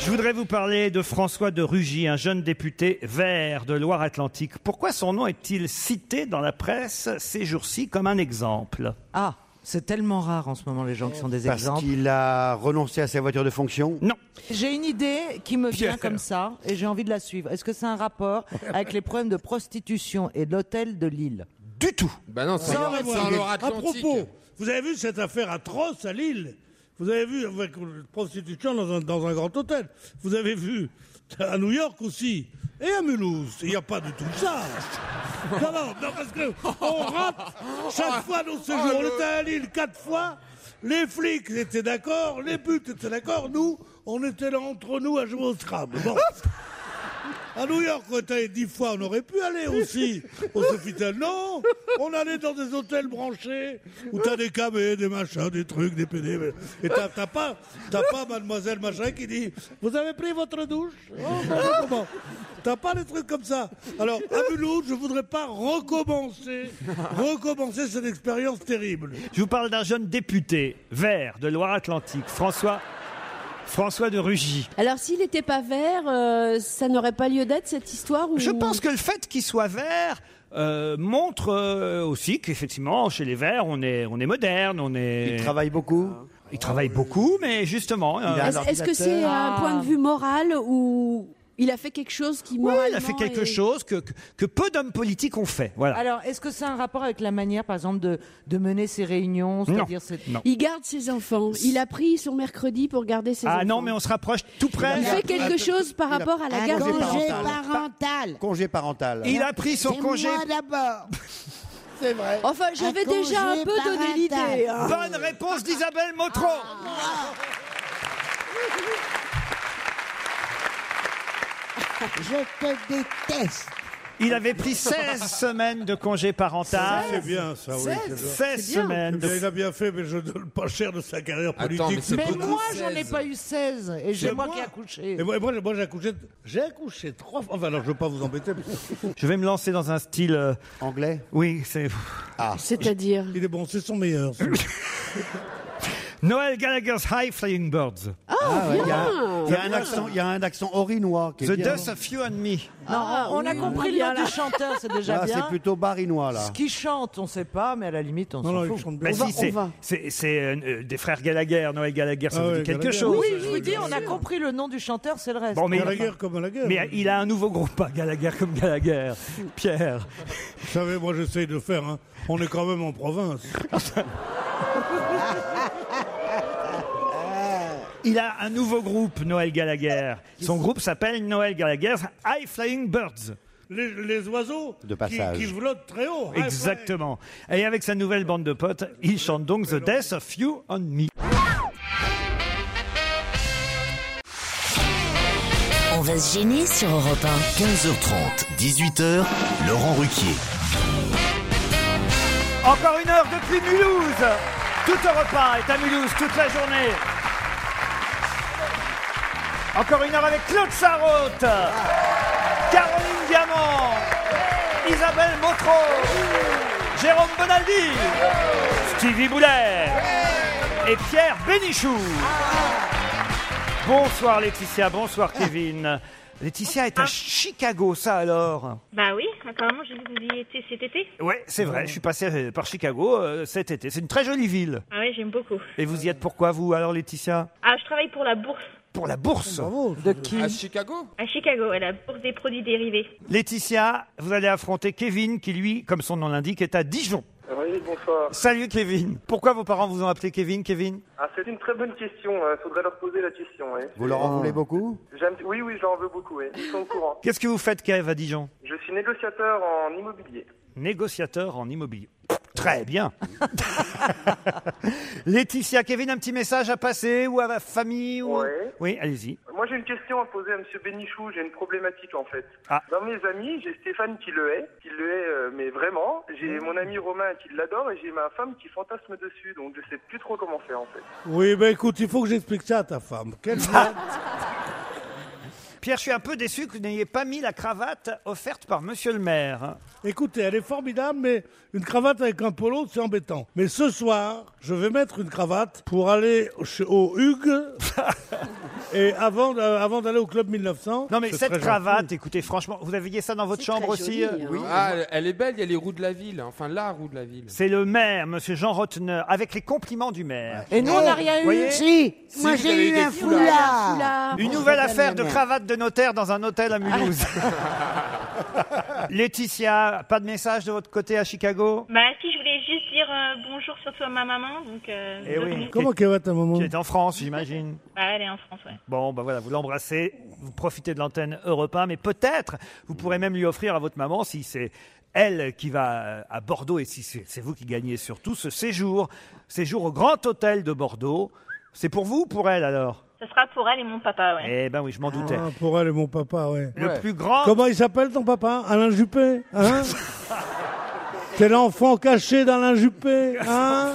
Speaker 3: Je voudrais vous parler de François de Rugy, un jeune député vert de Loire-Atlantique. Pourquoi son nom est-il cité dans la presse ces jours-ci comme un exemple
Speaker 9: Ah, c'est tellement rare en ce moment les gens qui sont des
Speaker 7: Parce
Speaker 9: exemples.
Speaker 7: qu'il a renoncé à sa voiture de fonction
Speaker 3: Non.
Speaker 9: J'ai une idée qui me vient
Speaker 7: Pierre.
Speaker 9: comme ça et j'ai envie de la suivre. Est-ce que c'est un rapport avec les problèmes de prostitution et de l'hôtel de Lille
Speaker 3: Du tout.
Speaker 8: Bah non,
Speaker 5: Ça, moi, je- À propos, vous avez vu cette affaire atroce à Lille Vous avez vu avec une prostitution dans un, dans un grand hôtel Vous avez vu à New York aussi et à Mulhouse, il n'y a pas du tout ça.
Speaker 8: <laughs>
Speaker 5: Non, non, non, parce que on rate chaque fois nos
Speaker 8: Ah,
Speaker 5: séjours. On était à Lille quatre fois, les flics étaient d'accord, les putes étaient d'accord, nous, on était là entre nous à jouer au Scrabble.
Speaker 8: <laughs>
Speaker 5: Bon. À New York, on était allé dix fois, on aurait pu aller aussi au Sofitel. Non, on allait dans des hôtels branchés où t'as des camés, des machins, des trucs, des PD. Et t'as t'as pas, t'as pas mademoiselle machin qui dit Vous avez pris votre douche Oh, comment, comment T'as pas des trucs comme ça. Alors, à Mulhouse, je voudrais pas recommencer, recommencer cette expérience terrible.
Speaker 3: Je vous parle d'un jeune député vert de Loire-Atlantique, François, François de Rugy.
Speaker 10: Alors, s'il n'était pas vert, euh, ça n'aurait pas lieu d'être cette histoire ou...
Speaker 3: Je pense que le fait qu'il soit vert euh, montre euh, aussi qu'effectivement, chez les verts, on est, on est moderne, on est... Il travaille beaucoup Il travaille beaucoup, mais justement... euh,
Speaker 10: Est-ce est-ce que c'est un point de vue moral ou il a fait quelque chose qui
Speaker 3: Oui,
Speaker 10: moralement
Speaker 3: il a fait quelque
Speaker 10: est-
Speaker 3: chose que, que, que peu d'hommes politiques ont fait. Voilà.
Speaker 9: Alors, est-ce que c'est un rapport avec la manière, par exemple, de, de mener ses réunions c'est-à-dire
Speaker 3: Non.
Speaker 9: cette-
Speaker 3: Non.
Speaker 10: Il garde ses enfants. Il a pris son mercredi pour garder ses enfants.
Speaker 3: ah non, mais on se rapproche tout près.
Speaker 10: Il fait quelque chose par rapport à la garde
Speaker 7: congé
Speaker 10: des enfants.
Speaker 7: parental. Congé parental.
Speaker 3: Il a pris son congé.
Speaker 7: d'abord. C'est vrai.
Speaker 10: Enfin, j'avais déjà un peu donné l'idée. hein.
Speaker 3: Bonne réponse d'Isabelle Motron.
Speaker 13: Je te déteste.
Speaker 3: Il avait pris 16 <laughs> semaines de congé
Speaker 5: Ça,
Speaker 3: parental.
Speaker 5: c'est bien, ça, oui. c'est bien.
Speaker 3: 16 semaines.
Speaker 5: Eh bien, Il a bien fait, mais je donne pas cher de sa carrière politique.
Speaker 8: Attends, mais c'est
Speaker 9: Mais
Speaker 8: beaucoup.
Speaker 9: moi, j'en ai pas eu 16 et j'ai
Speaker 5: C'est
Speaker 9: moi,
Speaker 5: moi.
Speaker 9: qui ai accouché.
Speaker 5: Et moi, moi, moi, j'ai accouché, j'ai accouché trois fois. Enfin, alors, je veux pas vous embêter.
Speaker 3: Je vais me lancer dans un style anglais. Oui, c'est.
Speaker 10: C'est-à-dire
Speaker 3: <laughs>
Speaker 5: Il est bon, c'est son meilleur. celui-là.
Speaker 3: Noël Gallagher's High Flying Birds.
Speaker 10: Oh,
Speaker 7: Ah, ouais, il y a- il y a un accent- Il y a un accent orinois. qui est
Speaker 3: The
Speaker 7: bien.
Speaker 3: Death of You and Me.
Speaker 9: Non, on Ah,
Speaker 13: Ah,
Speaker 9: on a compris le nom
Speaker 7: Voilà.
Speaker 9: du chanteur, Ah, c'est déjà
Speaker 3: Ah,
Speaker 7: Là,
Speaker 9: bien.
Speaker 7: c'est plutôt barinois, là.
Speaker 9: Ce qu'il chante, on sait pas, mais à la limite, on
Speaker 3: Non, non,
Speaker 9: s'en
Speaker 3: il
Speaker 9: fout.
Speaker 3: chante bien. Mais si, c'est- c'est- c'est euh, euh, des frères Gallagher. Noël Gallagher, ça
Speaker 9: Ah
Speaker 3: vous
Speaker 9: ouais,
Speaker 3: dit quelque
Speaker 9: Gallagher.
Speaker 3: chose
Speaker 9: Oui, je vous dis, on a compris le nom du chanteur, c'est le reste.
Speaker 3: Bon, mais
Speaker 5: comme Gallagher.
Speaker 3: Mais <laughs> il a un nouveau groupe, pas Gallagher comme Gallagher. Pierre.
Speaker 5: Vous savez, moi j'essaye de faire. hein. On est quand même en province.
Speaker 3: Il a un nouveau groupe, Noël Gallagher. Son groupe s'appelle Noël Gallagher's High Flying Birds.
Speaker 5: Les, les oiseaux
Speaker 3: De
Speaker 5: qui-
Speaker 3: passage.
Speaker 5: Qui, flottent très haut. High
Speaker 3: Exactement. Et avec sa nouvelle bande de potes, il chante donc The Death of You and Me.
Speaker 1: On va se gêner sur Europe
Speaker 2: 15h30, 18h, Laurent Ruquier.
Speaker 3: Encore une heure depuis Mulhouse. Tout repas est à Mulhouse toute la journée. Encore une heure avec Claude Sarraute, Caroline Diamant, Isabelle Motro, Jérôme Bonaldi, Stevie Boulet et Pierre Bénichou. Bonsoir Laetitia, bonsoir Kevin. Laetitia est à Chicago, ça alors
Speaker 15: Bah oui, apparemment, j'ai vu que vous y étiez cet été.
Speaker 3: Ouais, c'est vrai, je suis passé euh, par Chicago euh, cet été. C'est une très jolie ville.
Speaker 15: Ah ouais, j'aime beaucoup.
Speaker 3: Et vous y êtes pourquoi, vous, alors, Laetitia
Speaker 15: Ah, je travaille pour la bourse.
Speaker 3: Pour la bourse
Speaker 9: De qui
Speaker 3: À
Speaker 15: Chicago À Chicago, à la bourse des produits dérivés.
Speaker 3: Laetitia, vous allez affronter Kevin, qui, lui, comme son nom l'indique, est à Dijon.
Speaker 13: Oui, bonsoir.
Speaker 3: Salut, Kevin. Pourquoi vos parents vous ont appelé Kevin, Kevin
Speaker 13: Ah, c'est une très bonne question. hein. Il faudrait leur poser la question. ouais.
Speaker 3: Vous leur en voulez beaucoup
Speaker 13: J'aime- Oui, oui, j'en veux beaucoup. ouais. Ils sont au courant.
Speaker 3: Qu'est-ce que vous faites, Kev, à Dijon
Speaker 13: Je suis négociateur en immobilier.
Speaker 3: Négociateur en immobilier. Très <laughs> bien. Laetitia, Kevin, un petit message à passer ou à la famille ou... Oui, allez-y.
Speaker 13: Moi, j'ai une question à poser à Monsieur Bénichou. J'ai une problématique en fait.
Speaker 3: Ah.
Speaker 13: Dans mes amis, j'ai Stéphane qui le hait, qui le hait, euh, mais vraiment.
Speaker 3: Mmh.
Speaker 13: J'ai mon ami Romain qui l'adore et j'ai ma femme qui fantasme dessus. Donc, je sais plus trop comment faire en fait.
Speaker 5: Oui, ben écoute, il faut que j'explique ça à ta femme. Quelle
Speaker 3: <laughs> Pierre, je suis un peu déçu que vous n'ayez pas mis la cravate offerte par Monsieur le maire. hein.
Speaker 5: Écoutez, elle est formidable, mais une cravate avec un polo, c'est embêtant. Mais ce soir, je vais mettre une cravate pour aller au- chez-
Speaker 3: <laughs>
Speaker 5: au Hugues et avant, d'a- avant d'aller au club 1900.
Speaker 3: Non mais
Speaker 5: C'est
Speaker 3: cette
Speaker 5: très
Speaker 3: cravate,
Speaker 5: gentil.
Speaker 3: écoutez, franchement, vous aviez ça dans votre chambre aussi euh,
Speaker 8: Oui. Ah, elle- elle est belle, il y a les roues de la ville, hein. enfin la roue de la ville.
Speaker 3: C'est le maire, Monsieur Jean Rotner, avec les compliments du maire. Oh,
Speaker 8: Et nous, on n'a
Speaker 9: rien eu.
Speaker 3: Voyez
Speaker 9: Si,
Speaker 4: moi,
Speaker 3: vous
Speaker 4: j'ai
Speaker 3: avez
Speaker 4: eu
Speaker 3: des
Speaker 4: un
Speaker 3: foulards.
Speaker 4: foulard. Un foulard.
Speaker 3: Une
Speaker 4: Pour
Speaker 3: nouvelle
Speaker 4: Madame
Speaker 3: affaire
Speaker 4: le
Speaker 3: de
Speaker 4: maire.
Speaker 3: cravate de notaire dans un hôtel à Mulhouse. Laetitia, pas de message de votre côté à Chicago
Speaker 15: Bah si, je voulais juste dire euh, bonjour surtout à ma maman, donc... Euh,
Speaker 3: Eh
Speaker 15: bonne
Speaker 3: oui.
Speaker 15: nuit.
Speaker 5: Comment qu'elle va ta maman
Speaker 3: Qui est en France, j'imagine.
Speaker 15: Bah elle est en France, ouais.
Speaker 3: Bon, ben voilà, vous l'embrassez, vous profitez de l'antenne Europe 1, mais peut-être vous pourrez même lui offrir à votre maman, si c'est elle qui va euh, à Bordeaux et si c'est c'est vous qui gagnez surtout ce séjour, séjour au Grand Hôtel de Bordeaux. C'est pour vous ou pour elle alors
Speaker 15: Ce sera pour elle et mon papa, Ah ouais.
Speaker 3: Eh ben oui, je m'en doutais.
Speaker 5: Ah, pour elle et mon papa, ouais.
Speaker 3: Le Ouais. plus grand-
Speaker 5: Comment il s'appelle ton papa Alain Juppé
Speaker 3: <laughs>
Speaker 5: Hein C'est l'enfant caché d'Alain Juppé Hein
Speaker 3: Ah.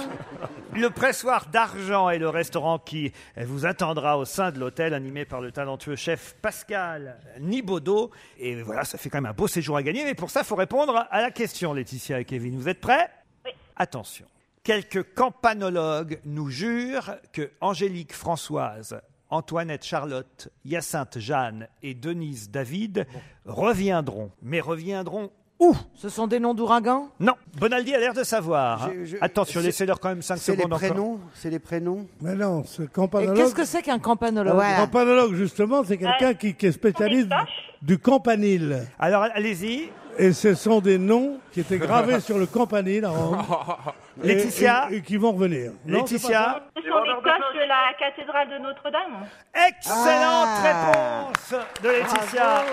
Speaker 3: Le pressoir d'argent est le restaurant qui vous attendra au sein de l'hôtel, animé par le talentueux chef Pascal Nibaudot. Et voilà, ça fait quand même un beau séjour à gagner. Mais pour ça, il faut répondre à la question, Laetitia et Kevin. Vous êtes prêts Oui. Attention. Quelques campanologues nous jurent que Angélique Françoise, Antoinette Charlotte, Hyacinthe Jeanne et Denise David reviendront. Mais reviendront où
Speaker 9: Ce sont des noms d'ouragans
Speaker 3: Non, Bonaldi a l'air de savoir. hein.
Speaker 7: J'ai- je-
Speaker 3: Attention,
Speaker 7: c'est-
Speaker 3: laissez-leur quand même 5
Speaker 7: C'est les
Speaker 3: secondes encore.
Speaker 7: prénoms C'est les prénoms
Speaker 5: Mais non, ce
Speaker 9: Et
Speaker 5: campanologue.
Speaker 9: qu'est-ce que c'est qu'un campanologue
Speaker 5: Un Campanologue, justement, c'est quelqu'un qui, qui est spécialiste du campanile.
Speaker 3: Alors, allez-y.
Speaker 5: Et ce sont des noms qui étaient gravés sur le
Speaker 3: <laughs>
Speaker 5: campanile à Rome. Et-
Speaker 3: Laetitia
Speaker 5: et, et qui vont revenir. Non, c'est pas ça
Speaker 15: Ce sont des cloches de la cathédrale de Notre-Dame.
Speaker 3: Excellente réponse de Laetitia.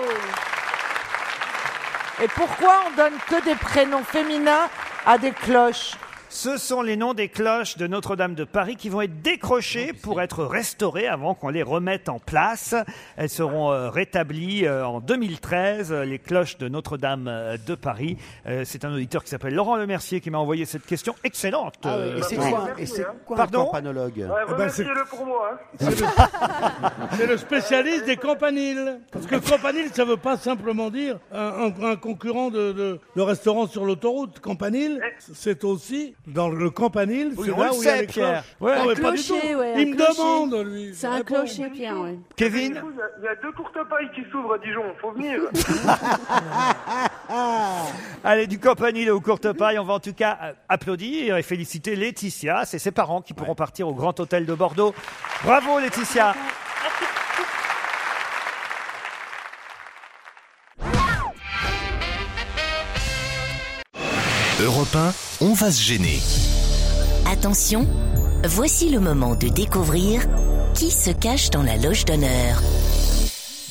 Speaker 9: Et pourquoi on donne que des prénoms féminins à des cloches
Speaker 3: Ce sont les noms des cloches de Notre-Dame de Paris qui vont être décrochées pour être restaurées avant qu'on les remette en place. Elles seront euh, rétablies euh, en 2013, euh, les cloches de Notre-Dame euh, de Paris. Euh, C'est un auditeur qui s'appelle Laurent Lemercier qui m'a envoyé cette question excellente.
Speaker 7: Ah ouais,
Speaker 3: euh,
Speaker 7: et c'est
Speaker 3: Laurent.
Speaker 7: quoi un- et c'est quoi un
Speaker 3: Pardon
Speaker 7: campanologue
Speaker 13: Ouais,
Speaker 3: Eh ben, c'est-
Speaker 13: remerciez-le pour moi. hein.
Speaker 5: C'est le spécialiste des campaniles. Parce que campanile, ça veut pas simplement dire un, un- un concurrent de, de- de restaurant sur l'autoroute. Campanile, c'est aussi Dans le campanile,
Speaker 3: Oui,
Speaker 5: c'est
Speaker 3: on
Speaker 5: là
Speaker 3: le
Speaker 5: où il y a
Speaker 3: sait,
Speaker 5: les
Speaker 3: Pierre.
Speaker 5: cloches.
Speaker 3: Ouais. Un
Speaker 5: Non, mais pas du
Speaker 3: clocher,
Speaker 5: tout.
Speaker 3: ouais, un
Speaker 5: Il me
Speaker 3: clocher.
Speaker 5: demande, lui.
Speaker 10: C'est un clocher, Pierre, ouais.
Speaker 3: Kevin
Speaker 13: Du coup, Il y a- il y, a deux courtes pailles qui s'ouvrent à Dijon, faut venir.
Speaker 5: Ah.
Speaker 3: Allez, du Campanile au Courtepaille, on va en tout cas euh, applaudir et féliciter Laetitia. C'est ses parents qui pourront partir au Grand Hôtel de Bordeaux. Bravo Laetitia
Speaker 2: Europe 1, on va se gêner.
Speaker 1: Attention, voici le moment de découvrir qui se cache dans la loge d'honneur.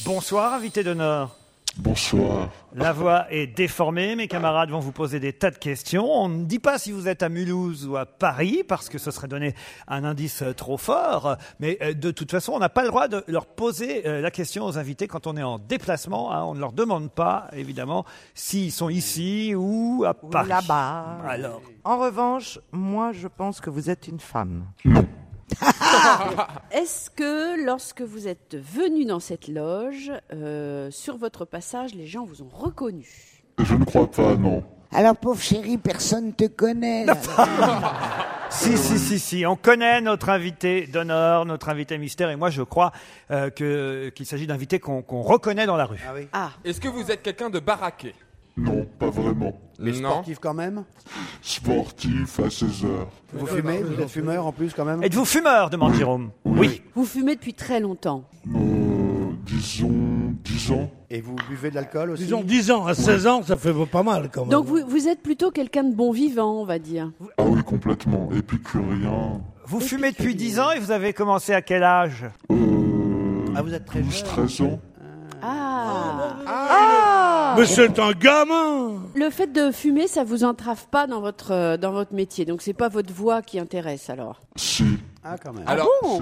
Speaker 3: Bonsoir, invité d'honneur.
Speaker 16: <laughs> Bonsoir.
Speaker 3: La voix est déformée, mes camarades vont vous poser des tas de questions. On ne dit pas si vous êtes à Mulhouse ou à Paris, parce que ce serait donner un indice euh, trop fort. Mais euh, de toute façon, on n'a pas le droit de leur poser euh, la question aux invités quand on est en déplacement. hein. On ne leur demande pas, évidemment, s'ils sont ici ou à
Speaker 9: Ou
Speaker 3: Paris.
Speaker 9: là-bas.
Speaker 3: Alors.
Speaker 9: En revanche, moi, je pense que vous êtes une femme.
Speaker 10: <laughs> Est-ce que lorsque vous êtes venu dans cette loge, euh, sur votre passage, les gens vous ont reconnu
Speaker 16: Je ne crois pas, non.
Speaker 4: Alors, pauvre chérie, personne te connaît. là.
Speaker 3: Si, si, si, si, on connaît notre invité d'honneur, notre invité mystère, et moi je crois euh, que- qu'il s'agit d'invités qu'on qu'on reconnaît dans la rue.
Speaker 5: Ah.
Speaker 8: Est-ce que vous êtes quelqu'un de baraqué
Speaker 16: Non, pas vraiment.
Speaker 8: Mais Non. sportif
Speaker 7: quand même
Speaker 16: Sportif à 16 heures.
Speaker 7: Vous fumez Vous êtes fumeur en plus quand même
Speaker 3: Êtes-vous fumeur demande Jérôme. Oui.
Speaker 10: Vous fumez depuis très longtemps.
Speaker 16: Euh, disons 10 ans.
Speaker 7: Et vous buvez de l'alcool aussi
Speaker 5: Disons 10 ans, à 16 ans, ça fait pas mal quand même.
Speaker 16: bah,
Speaker 10: Donc vous, vous êtes plutôt quelqu'un de bon vivant, on va dire.
Speaker 16: Ah oui, complètement. Épicurien.
Speaker 3: Vous fumez depuis 10 ans et vous avez commencé à quel âge
Speaker 9: Mmh.
Speaker 7: Ah, vous êtes très
Speaker 16: 12, 13 ans.
Speaker 10: Ah
Speaker 5: Mais c'est un gamin
Speaker 10: Le fait de fumer, ça vous entrave pas dans votre, euh, dans votre métier. Donc c'est pas votre voix qui intéresse alors.
Speaker 16: Si.
Speaker 7: Ah, quand même.
Speaker 8: Alors, <laughs>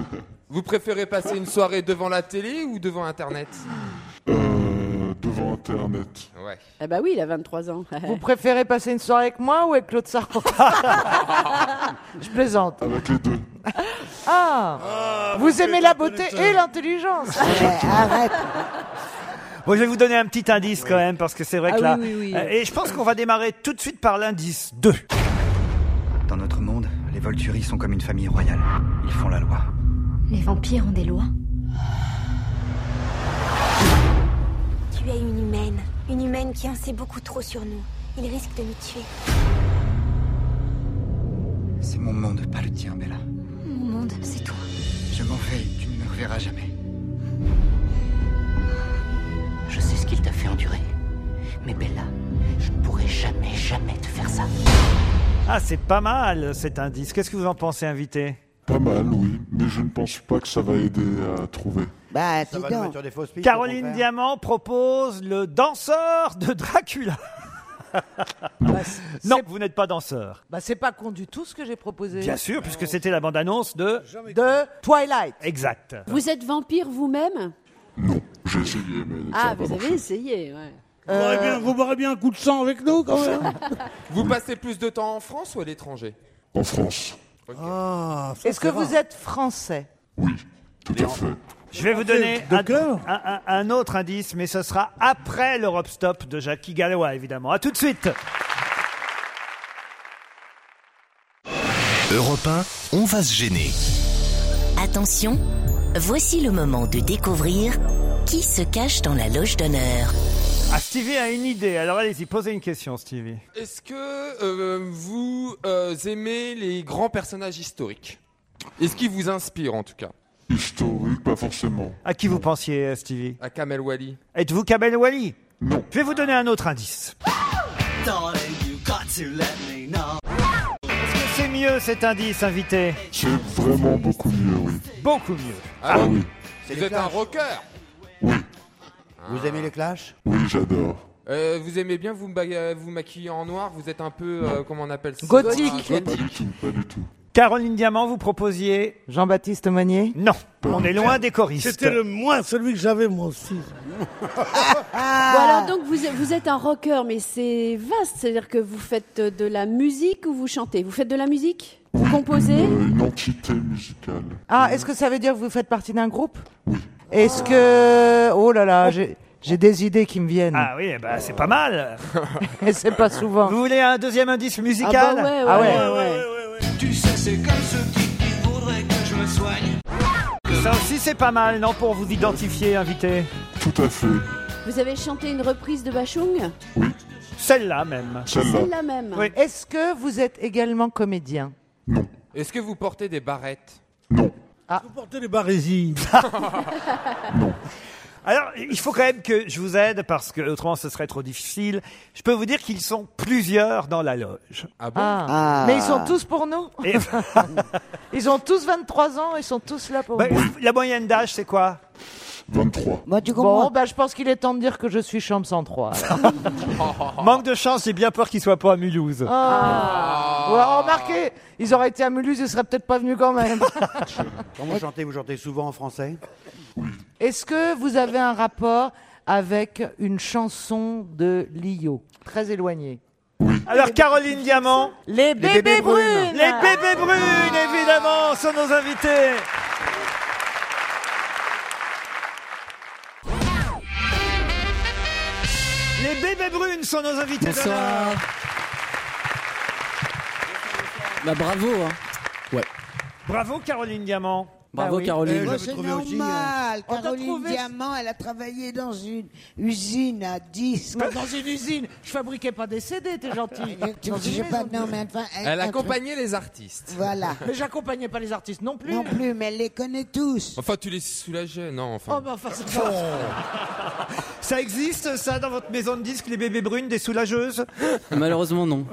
Speaker 8: vous préférez passer une soirée devant la télé ou devant Internet
Speaker 16: Euh, devant Internet.
Speaker 8: Ouais.
Speaker 10: Ah bah oui, il a 23 ans.
Speaker 9: <laughs> Vous préférez passer une soirée avec moi ou avec
Speaker 10: <laughs>
Speaker 9: Claude Sarko Je plaisante.
Speaker 16: Avec les deux.
Speaker 9: Ah, Vous aimez la beauté et l'intelligence Arrête
Speaker 3: Bon, je vais vous donner un petit indice quand même, parce que c'est vrai
Speaker 9: Ah
Speaker 3: que là...
Speaker 9: oui, oui, oui.
Speaker 3: Euh, Et je pense qu'on va démarrer tout de suite par l'indice 2.
Speaker 17: Dans notre monde, les Volturi sont comme une famille royale. Ils font la loi.
Speaker 18: Les vampires ont des lois.
Speaker 19: Tu es une humaine. Une humaine qui en sait beaucoup trop sur nous. Il risque de nous tuer.
Speaker 17: C'est mon monde, pas le tien, Bella.
Speaker 18: Mon monde, c'est toi.
Speaker 17: Je m'en vais, et tu ne me reverras jamais.
Speaker 1: <laughs> Je sais ce qu'il t'a fait endurer. Mais Bella, je ne pourrai jamais, jamais te faire ça.
Speaker 3: Ah, c'est pas mal cet indice. Qu'est-ce que vous en pensez, invité
Speaker 16: Pas mal, oui. Mais je ne pense pas que ça va aider à trouver.
Speaker 4: Bah,
Speaker 16: Ça va nous mettre des fausses pistes, au
Speaker 3: Caroline
Speaker 16: contraire.
Speaker 3: Diamant propose le danseur de <laughs> Dracula. non, vous n'êtes pas danseur.
Speaker 9: Bah c'est pas con du tout ce que j'ai proposé.
Speaker 3: Bien sûr, puisque c'était la bande-annonce de...
Speaker 9: De Twilight.
Speaker 3: Exact.
Speaker 10: Vous êtes vampire vous-même
Speaker 16: J'ai essayé, mais ça
Speaker 10: Ah,
Speaker 16: n'a pas
Speaker 10: vous
Speaker 16: marché.
Speaker 10: avez essayé, ouais.
Speaker 5: Vous boirez bien- Vous boirez bien un coup de sang avec nous quand même
Speaker 8: <laughs> Vous passez plus de temps en France ou à l'étranger
Speaker 16: En France.
Speaker 3: Ah,
Speaker 9: Est-ce que vous êtes français
Speaker 3: Je
Speaker 16: Ah,
Speaker 3: vais vous donner un, un- un- un autre indice, mais ce sera après l'Europe Stop de Jackie Galois, évidemment. À tout de suite.
Speaker 2: Europe 1, on va se gêner.
Speaker 1: Attention, voici le moment de découvrir qui se cache dans la loge d'honneur.
Speaker 3: Ah, Stevie a une idée. Alors allez-y, posez une question, Stevie.
Speaker 8: Est-ce que euh, vous euh, aimez les grands personnages historiques Est-ce qu'ils vous inspirent en tout cas
Speaker 16: Historique, pas forcément.
Speaker 3: À qui vous pensiez, euh, Stevie
Speaker 8: À Kamel Wally.
Speaker 3: Êtes-vous Kamel Wally Non. Je vais vous donner un autre indice. Est-ce que c'est mieux cet indice, invité
Speaker 16: C'est vraiment beaucoup mieux, oui.
Speaker 3: Beaucoup mieux.
Speaker 16: Ah, oui.
Speaker 8: Vous êtes un rocker
Speaker 7: Vous aimez les clashs
Speaker 16: Oui, j'adore.
Speaker 8: Euh, vous aimez bien vous, me baga- vous maquiller en noir Vous êtes un peu, euh, comment on appelle ça
Speaker 9: Gothique.
Speaker 8: Ah,
Speaker 16: Pas du tout, pas du tout.
Speaker 3: Caroline Diamant, vous proposiez
Speaker 9: Jean-Baptiste Monnier
Speaker 3: Non, on est loin des choristes.
Speaker 5: C'était le moins, celui que j'avais moi aussi.
Speaker 16: Ah.
Speaker 10: Bon, alors donc vous, êtes- vous êtes un rocker, mais c'est vaste, c'est-à-dire que vous faites de la musique ou vous chantez Vous faites de la musique Vous composez
Speaker 16: Euh, une entité musicale.
Speaker 9: Ah, est-ce que ça veut dire que vous faites partie d'un groupe Est-ce que... Oh là là, j'ai... J'ai des idées qui me viennent.
Speaker 3: Ah oui, eh ben, c'est pas mal.
Speaker 9: Et c'est pas souvent.
Speaker 3: Vous voulez un deuxième indice musical
Speaker 9: Ah bah ouais, ouais, Ah ouais.
Speaker 20: Tu sais, c'est comme ce type qui voudrait que je me soigne.
Speaker 3: Ça aussi, c'est pas mal, non, pour vous identifier, invité
Speaker 16: Tout à fait.
Speaker 10: Vous avez chanté une reprise de Bachung
Speaker 3: Celle-là même.
Speaker 10: Celle-là même.
Speaker 9: Est-ce que vous êtes également comédien
Speaker 8: Est-ce que vous portez des barrettes
Speaker 9: Vous
Speaker 14: portez les barésies.
Speaker 3: Alors, il faut quand même que je vous aide parce que autrement ce serait trop difficile. Je peux vous dire qu'ils sont plusieurs dans la loge.
Speaker 8: Ah
Speaker 3: bon
Speaker 9: Ah. Mais ils sont tous pour nous <laughs> Ils ont tous 23 ans, ils sont tous là pour nous.
Speaker 3: Bah, La moyenne d'âge, c'est quoi
Speaker 16: 23.
Speaker 9: Bon, bah, je pense qu'il est temps de dire que je suis chambre 103. alors.
Speaker 3: <laughs> Manque de chance, j'ai bien peur qu'ils soient pas à Mulhouse.
Speaker 9: Ah. Ouais, remarquez, ils auraient été à Mulhouse, ils seraient peut-être pas venus
Speaker 3: <laughs>
Speaker 9: quand même.
Speaker 7: Quand vous chantez, vous chantez souvent en français
Speaker 9: Est-ce que vous avez un rapport avec une chanson de Lio Très éloignée.
Speaker 3: Alors Caroline Diamant,
Speaker 9: les bébés, brunes.
Speaker 3: les bébés brunes évidemment sont nos invités. Les bébés brunes sont nos invités.
Speaker 21: Bonsoir.
Speaker 3: d'honneur.
Speaker 21: Bah bravo. Hein. Ouais.
Speaker 3: Bravo Caroline Diamant.
Speaker 21: Bravo, Bah oui. Caroline. Eh, je
Speaker 3: Vous
Speaker 21: vais trouver
Speaker 3: aussi,
Speaker 21: normal.
Speaker 3: hein.
Speaker 4: Caroline Diamant, elle a travaillé dans une usine à 10.
Speaker 9: dans une usine, je fabriquais pas des CD, t'es gentil.
Speaker 4: Tu
Speaker 9: Dans
Speaker 4: me dis,
Speaker 9: une
Speaker 4: j'ai pas-
Speaker 9: maison
Speaker 4: non,
Speaker 9: de-
Speaker 4: mais enfin, un-
Speaker 8: Elle
Speaker 4: un truc-
Speaker 8: accompagnait les artistes.
Speaker 4: Voilà.
Speaker 9: <laughs> Mais j'accompagnais pas les artistes non plus.
Speaker 4: Non plus, mais elle les connaît tous.
Speaker 8: Enfin, tu les soulageais, non, enfin.
Speaker 9: Oh, bah, enfin,
Speaker 8: <laughs>
Speaker 9: c'est
Speaker 3: Oh.
Speaker 9: pas...
Speaker 3: Ça existe ça dans votre maison de disques, les bébés brunes, des soulageuses
Speaker 21: <laughs> Malheureusement non.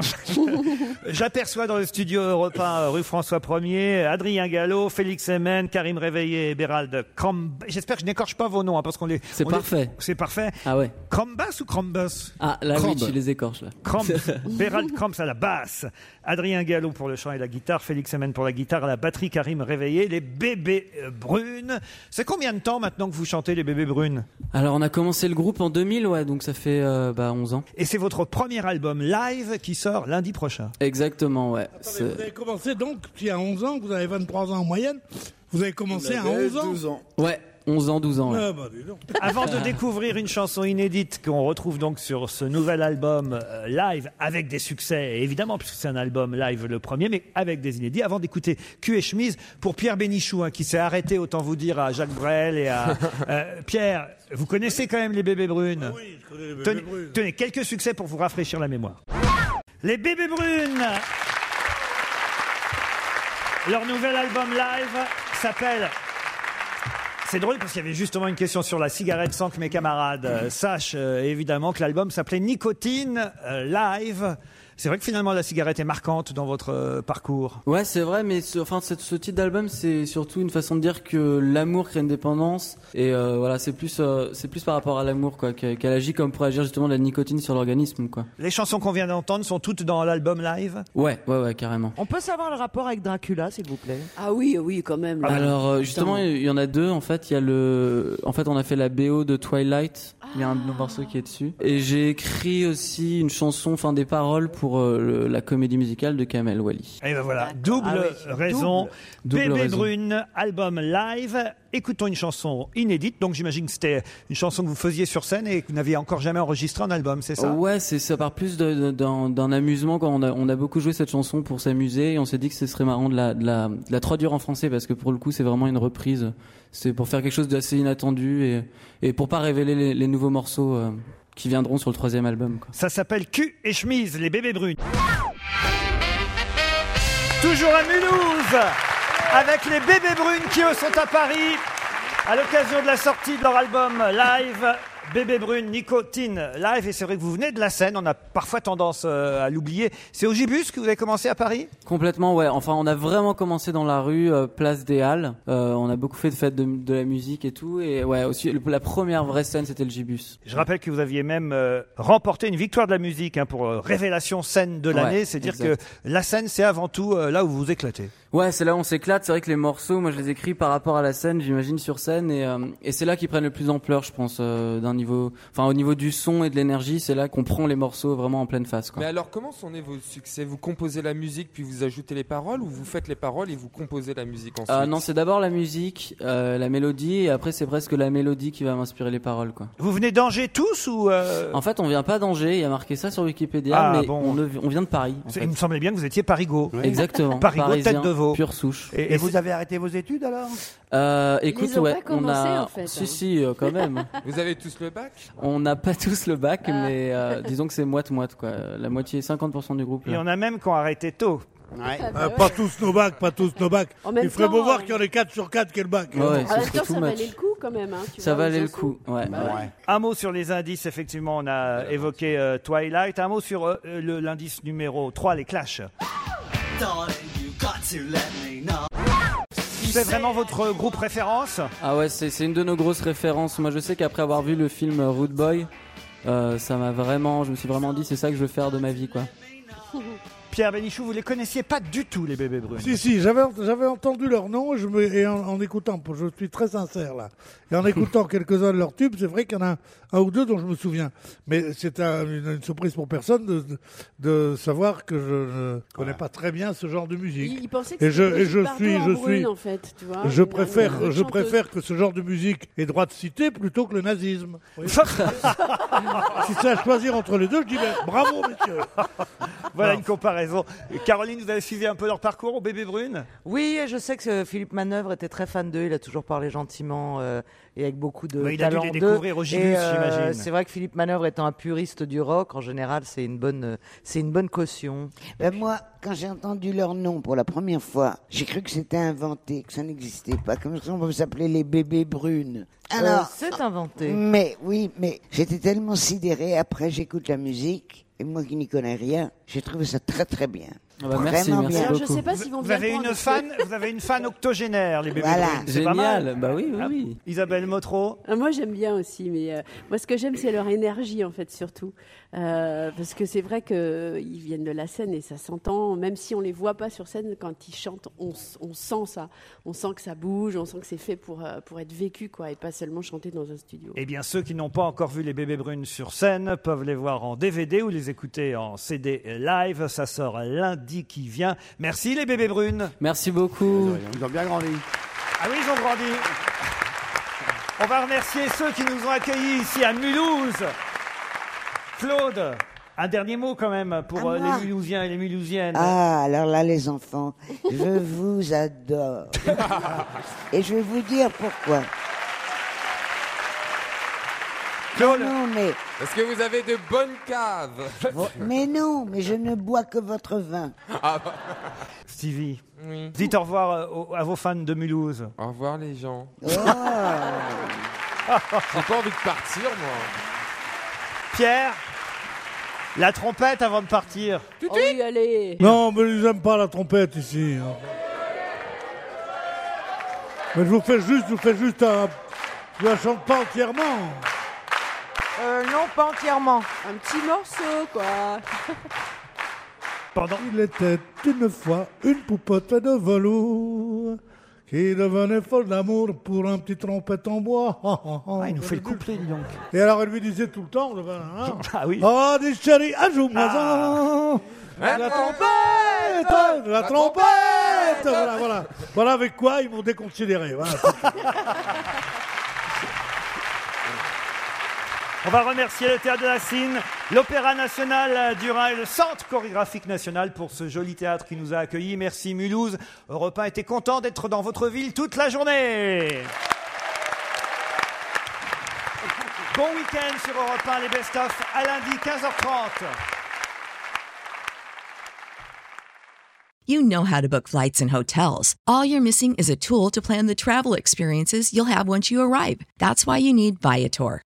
Speaker 3: <laughs> J'aperçois dans le studio Europe 1, rue François 1er, Adrien Gallo, Félix Hemen, Karim Réveillé et Bérald Cramb... J'espère que je n'écorche pas vos noms, hein, parce qu'on les...
Speaker 21: C'est
Speaker 3: on les-
Speaker 21: parfait.
Speaker 3: C'est parfait.
Speaker 21: Ah ouais.
Speaker 3: Crambas ou Crambas
Speaker 21: Ah là oui,
Speaker 3: Crambe.
Speaker 21: tu les écorches là.
Speaker 3: Cramps, Bérald Cramps à la basse, Adrien Gallo pour le chant et la guitare, Félix Hemen pour la guitare, la batterie, Karim Réveillé, les bébés euh, brunes. C'est combien de temps maintenant que vous chantez les bébés brunes
Speaker 21: <laughs> Alors on a commencé le groupe en 2000 ouais, donc ça fait euh, bah 11 ans.
Speaker 3: Et c'est votre premier album live qui sort lundi prochain.
Speaker 21: Exactement ouais. C'est-
Speaker 5: Vous avez commencé donc, il y a 11 ans, vous avez 23 ans en moyenne, vous avez commencé à 11 ans.
Speaker 21: Ouais, 11 ans 12 ans. ouais.
Speaker 5: Ah, bah, dis donc.
Speaker 3: Euh, Avant
Speaker 5: <laughs>
Speaker 3: de découvrir une chanson inédite qu'on retrouve donc sur ce nouvel album euh, live avec des succès, évidemment, puisque c'est un album live le premier, mais avec des inédits, avant d'écouter Q et chemise pour Pierre Bénichou, hein, qui s'est arrêté, autant vous dire, à Jacques Brel et
Speaker 5: <laughs>
Speaker 3: à euh, Pierre. Vous connaissez quand même les bébés brunes
Speaker 5: Ah Bébés
Speaker 3: tenez,
Speaker 5: Brunes.
Speaker 3: tenez, quelques succès pour vous rafraîchir la mémoire. Les bébés brunes Leur nouvel album live s'appelle c'est drôle parce qu'il y avait justement une question sur la cigarette sans que mes camarades euh, sachent euh, évidemment que l'album s'appelait Nicotine euh, Live. C'est vrai que finalement la cigarette est marquante dans votre euh, parcours.
Speaker 21: Ouais, c'est vrai, mais ce, enfin, ce, ce titre d'album, c'est surtout une façon de dire que l'amour crée une dépendance, et euh, voilà, c'est plus, euh, c'est plus par rapport à l'amour, quoi, que- qu'elle agit comme pour agir justement de la nicotine sur l'organisme, quoi.
Speaker 3: Les chansons qu'on vient d'entendre sont toutes dans l'album live.
Speaker 21: Ouais, ouais, ouais, carrément.
Speaker 9: On peut savoir le rapport avec Dracula, s'il vous plaît
Speaker 10: Ah oui, oui, quand même. là.
Speaker 21: Alors euh, justement,
Speaker 10: Putain.
Speaker 21: il y en a deux. En fait, il y a le, en fait, on a fait la BO de Twilight. Il y a un de nos morceaux qui est dessus. Et j'ai écrit aussi une chanson, enfin des paroles pour euh, le- la comédie musicale de Kamel Wally.
Speaker 3: Et ben voilà, double
Speaker 21: Ah oui,
Speaker 3: raison.
Speaker 21: double.
Speaker 3: Bébé
Speaker 21: Double raison.
Speaker 3: Brune, album live. Écoutons une chanson inédite. Donc j'imagine que c'était une chanson que vous faisiez sur scène et que vous n'aviez encore jamais enregistrée en album, c'est ça
Speaker 21: Ouais, c'est ça part plus de- de- d'un d'un amusement quand on a, on a beaucoup joué cette chanson pour s'amuser et on s'est dit que ce serait marrant de la, de la, de la traduire en français parce que pour le coup c'est vraiment une reprise. C'est pour faire quelque chose d'assez inattendu et, et pour pas révéler les, les nouveaux morceaux euh, qui viendront sur le troisième album. Quoi.
Speaker 3: Ça s'appelle Cul et chemise, les bébés brunes. Toujours à Mulhouse, avec les bébés brunes qui eux sont à Paris, à l'occasion de la sortie de leur album live. Bébé Brune, Nicotine, live, et c'est vrai que vous venez de la scène, on a parfois tendance euh, à l'oublier. C'est au Gibus que vous avez commencé à Paris
Speaker 21: Complètement, ouais. Enfin, on a vraiment commencé dans la rue, euh, place des Halles. Euh, on a beaucoup fait de fêtes de, de la musique et tout. Et ouais, aussi le- la première vraie scène c'était le Gibus.
Speaker 3: Je rappelle que vous aviez même euh, remporté une victoire de la musique hein, pour euh, Révélation scène de l'année,
Speaker 21: Ouais,
Speaker 3: c'est dire que
Speaker 21: exact.
Speaker 3: la scène c'est avant tout euh, là où vous vous éclatez.
Speaker 21: Ouais, c'est là où on s'éclate. C'est vrai que les morceaux, moi, je les écris par rapport à la scène, j'imagine, sur scène. Et, euh, et c'est là qu'ils prennent le plus d'ampleur, je pense, euh, d'un un niveau, enfin au niveau du son et de l'énergie, c'est là qu'on prend les morceaux vraiment en pleine face. Quoi.
Speaker 8: Mais alors, comment sont nés vos succès Vous composez la musique puis vous ajoutez les paroles ou vous faites les paroles et vous composez la musique ensuite
Speaker 21: Ah non, c'est d'abord la musique, euh, la mélodie, et après c'est presque la mélodie qui va m'inspirer les paroles, quoi.
Speaker 3: Vous venez d'Angers tous ou euh,
Speaker 21: En fait, on vient pas d'Angers, il y a marqué ça sur Wikipédia,
Speaker 3: Ah,
Speaker 21: mais
Speaker 3: bon.
Speaker 21: on, ne- on vient de Paris. en
Speaker 3: c'est-
Speaker 21: fait.
Speaker 3: Il me semblait bien que vous étiez Parigo.
Speaker 21: Exactement.
Speaker 3: Parigo,
Speaker 21: Parisien,
Speaker 3: tête de veau.
Speaker 21: Pure souche.
Speaker 7: Et, vous avez arrêté vos études alors
Speaker 21: Euh, écoute,
Speaker 7: Ils ont
Speaker 21: ouais,
Speaker 7: pas
Speaker 21: on
Speaker 7: commencé,
Speaker 21: a.
Speaker 7: en fait,
Speaker 21: si,
Speaker 7: hein.
Speaker 21: si, euh,
Speaker 3: <laughs>
Speaker 21: quand même.
Speaker 8: <laughs> Vous avez tous le bac
Speaker 21: on n'a pas tous le bac, mais euh, disons que c'est moite-moite, quoi. La moitié, 50% du groupe.
Speaker 3: Il y en a même qui ont arrêté tôt.
Speaker 7: Ah, bah
Speaker 5: Euh, pas tous nos bacs, pas tous nos bacs.
Speaker 10: En même
Speaker 5: Il ferait
Speaker 10: temps,
Speaker 5: beau
Speaker 10: euh,
Speaker 5: voir qu'il y en a 4 sur 4 qui aient le bac.
Speaker 21: Ouais,
Speaker 3: Ah,
Speaker 21: ouais,
Speaker 10: En même temps, ça valait le coup quand même. hein, tu
Speaker 21: Ça
Speaker 10: vois,
Speaker 21: valait
Speaker 10: ils en
Speaker 21: le coup, ouais.
Speaker 5: Bah
Speaker 21: ouais.
Speaker 3: Bah Un mot sur les indices, effectivement, on a évoqué euh, Twilight. Un mot sur euh, euh, le- l'indice numéro 3, les clashs. C'est vraiment votre groupe référence
Speaker 21: Ah ouais, c'est c'est une de nos grosses références. Moi, je sais qu'après avoir vu le film euh, Rude Boy, euh, ça m'a vraiment, je me suis vraiment dit, c'est ça que je veux faire de ma vie, quoi.
Speaker 3: Pierre Bénichou, vous les connaissiez pas du tout, les bébés brunes
Speaker 5: Si, si, j'avais j'avais entendu leur nom je me, et en, en écoutant, pour- je suis très sincère là, et en écoutant quelques-uns de leurs tubes, c'est vrai qu'il y en a un, un ou deux dont je me souviens. Mais c'est un- une, une surprise pour personne de, de- de savoir que je ne connais pas très bien ce genre de musique.
Speaker 10: Il- il pensait que
Speaker 5: et je,
Speaker 10: c'était
Speaker 5: et je
Speaker 10: Brigitte
Speaker 5: suis,
Speaker 10: Bardot
Speaker 5: je
Speaker 10: en brune,
Speaker 5: suis,
Speaker 10: en fait, tu vois,
Speaker 5: je
Speaker 10: une-
Speaker 5: préfère,
Speaker 10: une
Speaker 5: je
Speaker 10: chanteuse.
Speaker 5: préfère que ce genre de musique ait droit de citer plutôt que le
Speaker 10: <laughs>
Speaker 5: nazisme. Oui. <laughs> si c'est à choisir entre les deux, je dis ben, bravo messieurs.
Speaker 3: Voilà une comparaison. Caroline, vous avez suivi un peu leur parcours au bébé brune
Speaker 9: Oui, et je sais que euh, Philippe Manœuvre était très fan d'eux. Il a toujours parlé gentiment euh, et avec beaucoup de
Speaker 3: Mais il a dû
Speaker 9: talent.
Speaker 3: les
Speaker 9: d'eux.
Speaker 3: découvrir au Gilus,
Speaker 9: Et, euh,
Speaker 3: j'imagine.
Speaker 9: C'est vrai que Philippe Manœuvre étant un puriste du rock, en général, c'est une bonne, euh, c'est une bonne caution.
Speaker 4: Ben moi, quand j'ai entendu leur nom pour la première fois, j'ai cru que c'était inventé, que ça n'existait pas. Comme ça, on va s'appeler les bébés brunes.
Speaker 9: Euh, c'est inventé.
Speaker 4: Mais oui, mais j'étais tellement sidéré. Après, j'écoute la musique. Et moi qui n'y connais rien, j'ai trouvé ça très très bien.
Speaker 21: Ah bah, merci,
Speaker 4: Vraiment
Speaker 21: merci
Speaker 4: bien.
Speaker 10: Alors, je sais pas s'ils vont
Speaker 3: Vous
Speaker 10: bien
Speaker 3: avez
Speaker 10: prendre,
Speaker 3: une
Speaker 10: parce que-
Speaker 3: fan, vous avez une fan octogénaire, les bébés
Speaker 21: Voilà.
Speaker 3: brunes. C'est pas
Speaker 21: Génial.
Speaker 3: mal.
Speaker 21: Bah oui, oui, oui.
Speaker 3: Isabelle Motro.
Speaker 10: Ah, Moi, j'aime bien aussi, mais euh, moi, ce que j'aime, c'est leur énergie, en fait, surtout. Euh, parce que c'est vrai qu'ils viennent de la scène et ça s'entend, même si on les voit pas sur scène, quand ils chantent, on, s- on sent ça. On sent que ça bouge, on sent que c'est fait pour, euh, pour être vécu, quoi, et pas seulement chanter dans un studio.
Speaker 3: Eh bien, ceux qui n'ont pas encore vu les bébés brunes sur scène peuvent les voir en DVD ou les écouter en CD live. Ça sort lundi qui vient. Merci les bébés brunes.
Speaker 21: Merci beaucoup.
Speaker 3: Ils ont bien grandi. Ah oui, ils ont grandi. On va remercier ceux qui nous ont accueillis ici à Mulhouse. Claude, un dernier mot quand même pour
Speaker 4: À
Speaker 3: euh,
Speaker 4: moi
Speaker 3: les Mulhousiens et les Mulhousiennes.
Speaker 4: Ah, alors là, les enfants, je vous adore. Et je vais vous dire pourquoi.
Speaker 3: Claude.
Speaker 4: Non, mais,
Speaker 8: Est-ce que vous avez de bonnes caves
Speaker 4: mais non, mais je ne bois que votre vin.
Speaker 8: <laughs> Ah <laughs> bah.
Speaker 3: Stevie, dites au revoir euh, aux- à vos fans de Mulhouse.
Speaker 8: Au revoir les gens.
Speaker 4: Oh.
Speaker 8: <laughs>
Speaker 9: Ah.
Speaker 3: J'ai
Speaker 8: pas envie de partir, moi.
Speaker 3: Pierre, la trompette avant de partir.
Speaker 10: Oh oui, allez
Speaker 5: Non, mais ils aiment pas la trompette ici. hein. Mais je vous fais juste, je vous fais juste un. Je la chante pas entièrement.
Speaker 9: Euh, non, pas entièrement.
Speaker 10: Un petit morceau, quoi
Speaker 3: Pendant.
Speaker 5: Il était une fois une poupote de velours qui devenait folle d'amour pour un petit trompette en bois. <laughs> Ah,
Speaker 3: il nous fait le couplet, dis donc.
Speaker 5: Et alors elle lui disait tout le temps, le vin, hein,
Speaker 3: <laughs> Ah oui.
Speaker 5: Oh, des chéris, un jour, moi,
Speaker 20: Ah.
Speaker 5: La trompette, la trompette. Voilà, voilà. Voilà avec quoi ils m'ont déconsidéré. Voilà.
Speaker 3: On va remercier le Théâtre de la Cine, l'Opéra National du Rhin et le Centre Chorégraphique National pour ce joli théâtre qui nous a accueillis. Merci Mulhouse. Europe 1 était content d'être dans votre ville toute la journée. Bon week-end sur Europe 1, les best-of, à lundi 15h30.
Speaker 6: You know how to book flights and hotels. All you're missing is a tool to plan the travel experiences you'll have once you arrive. That's why you need Viator.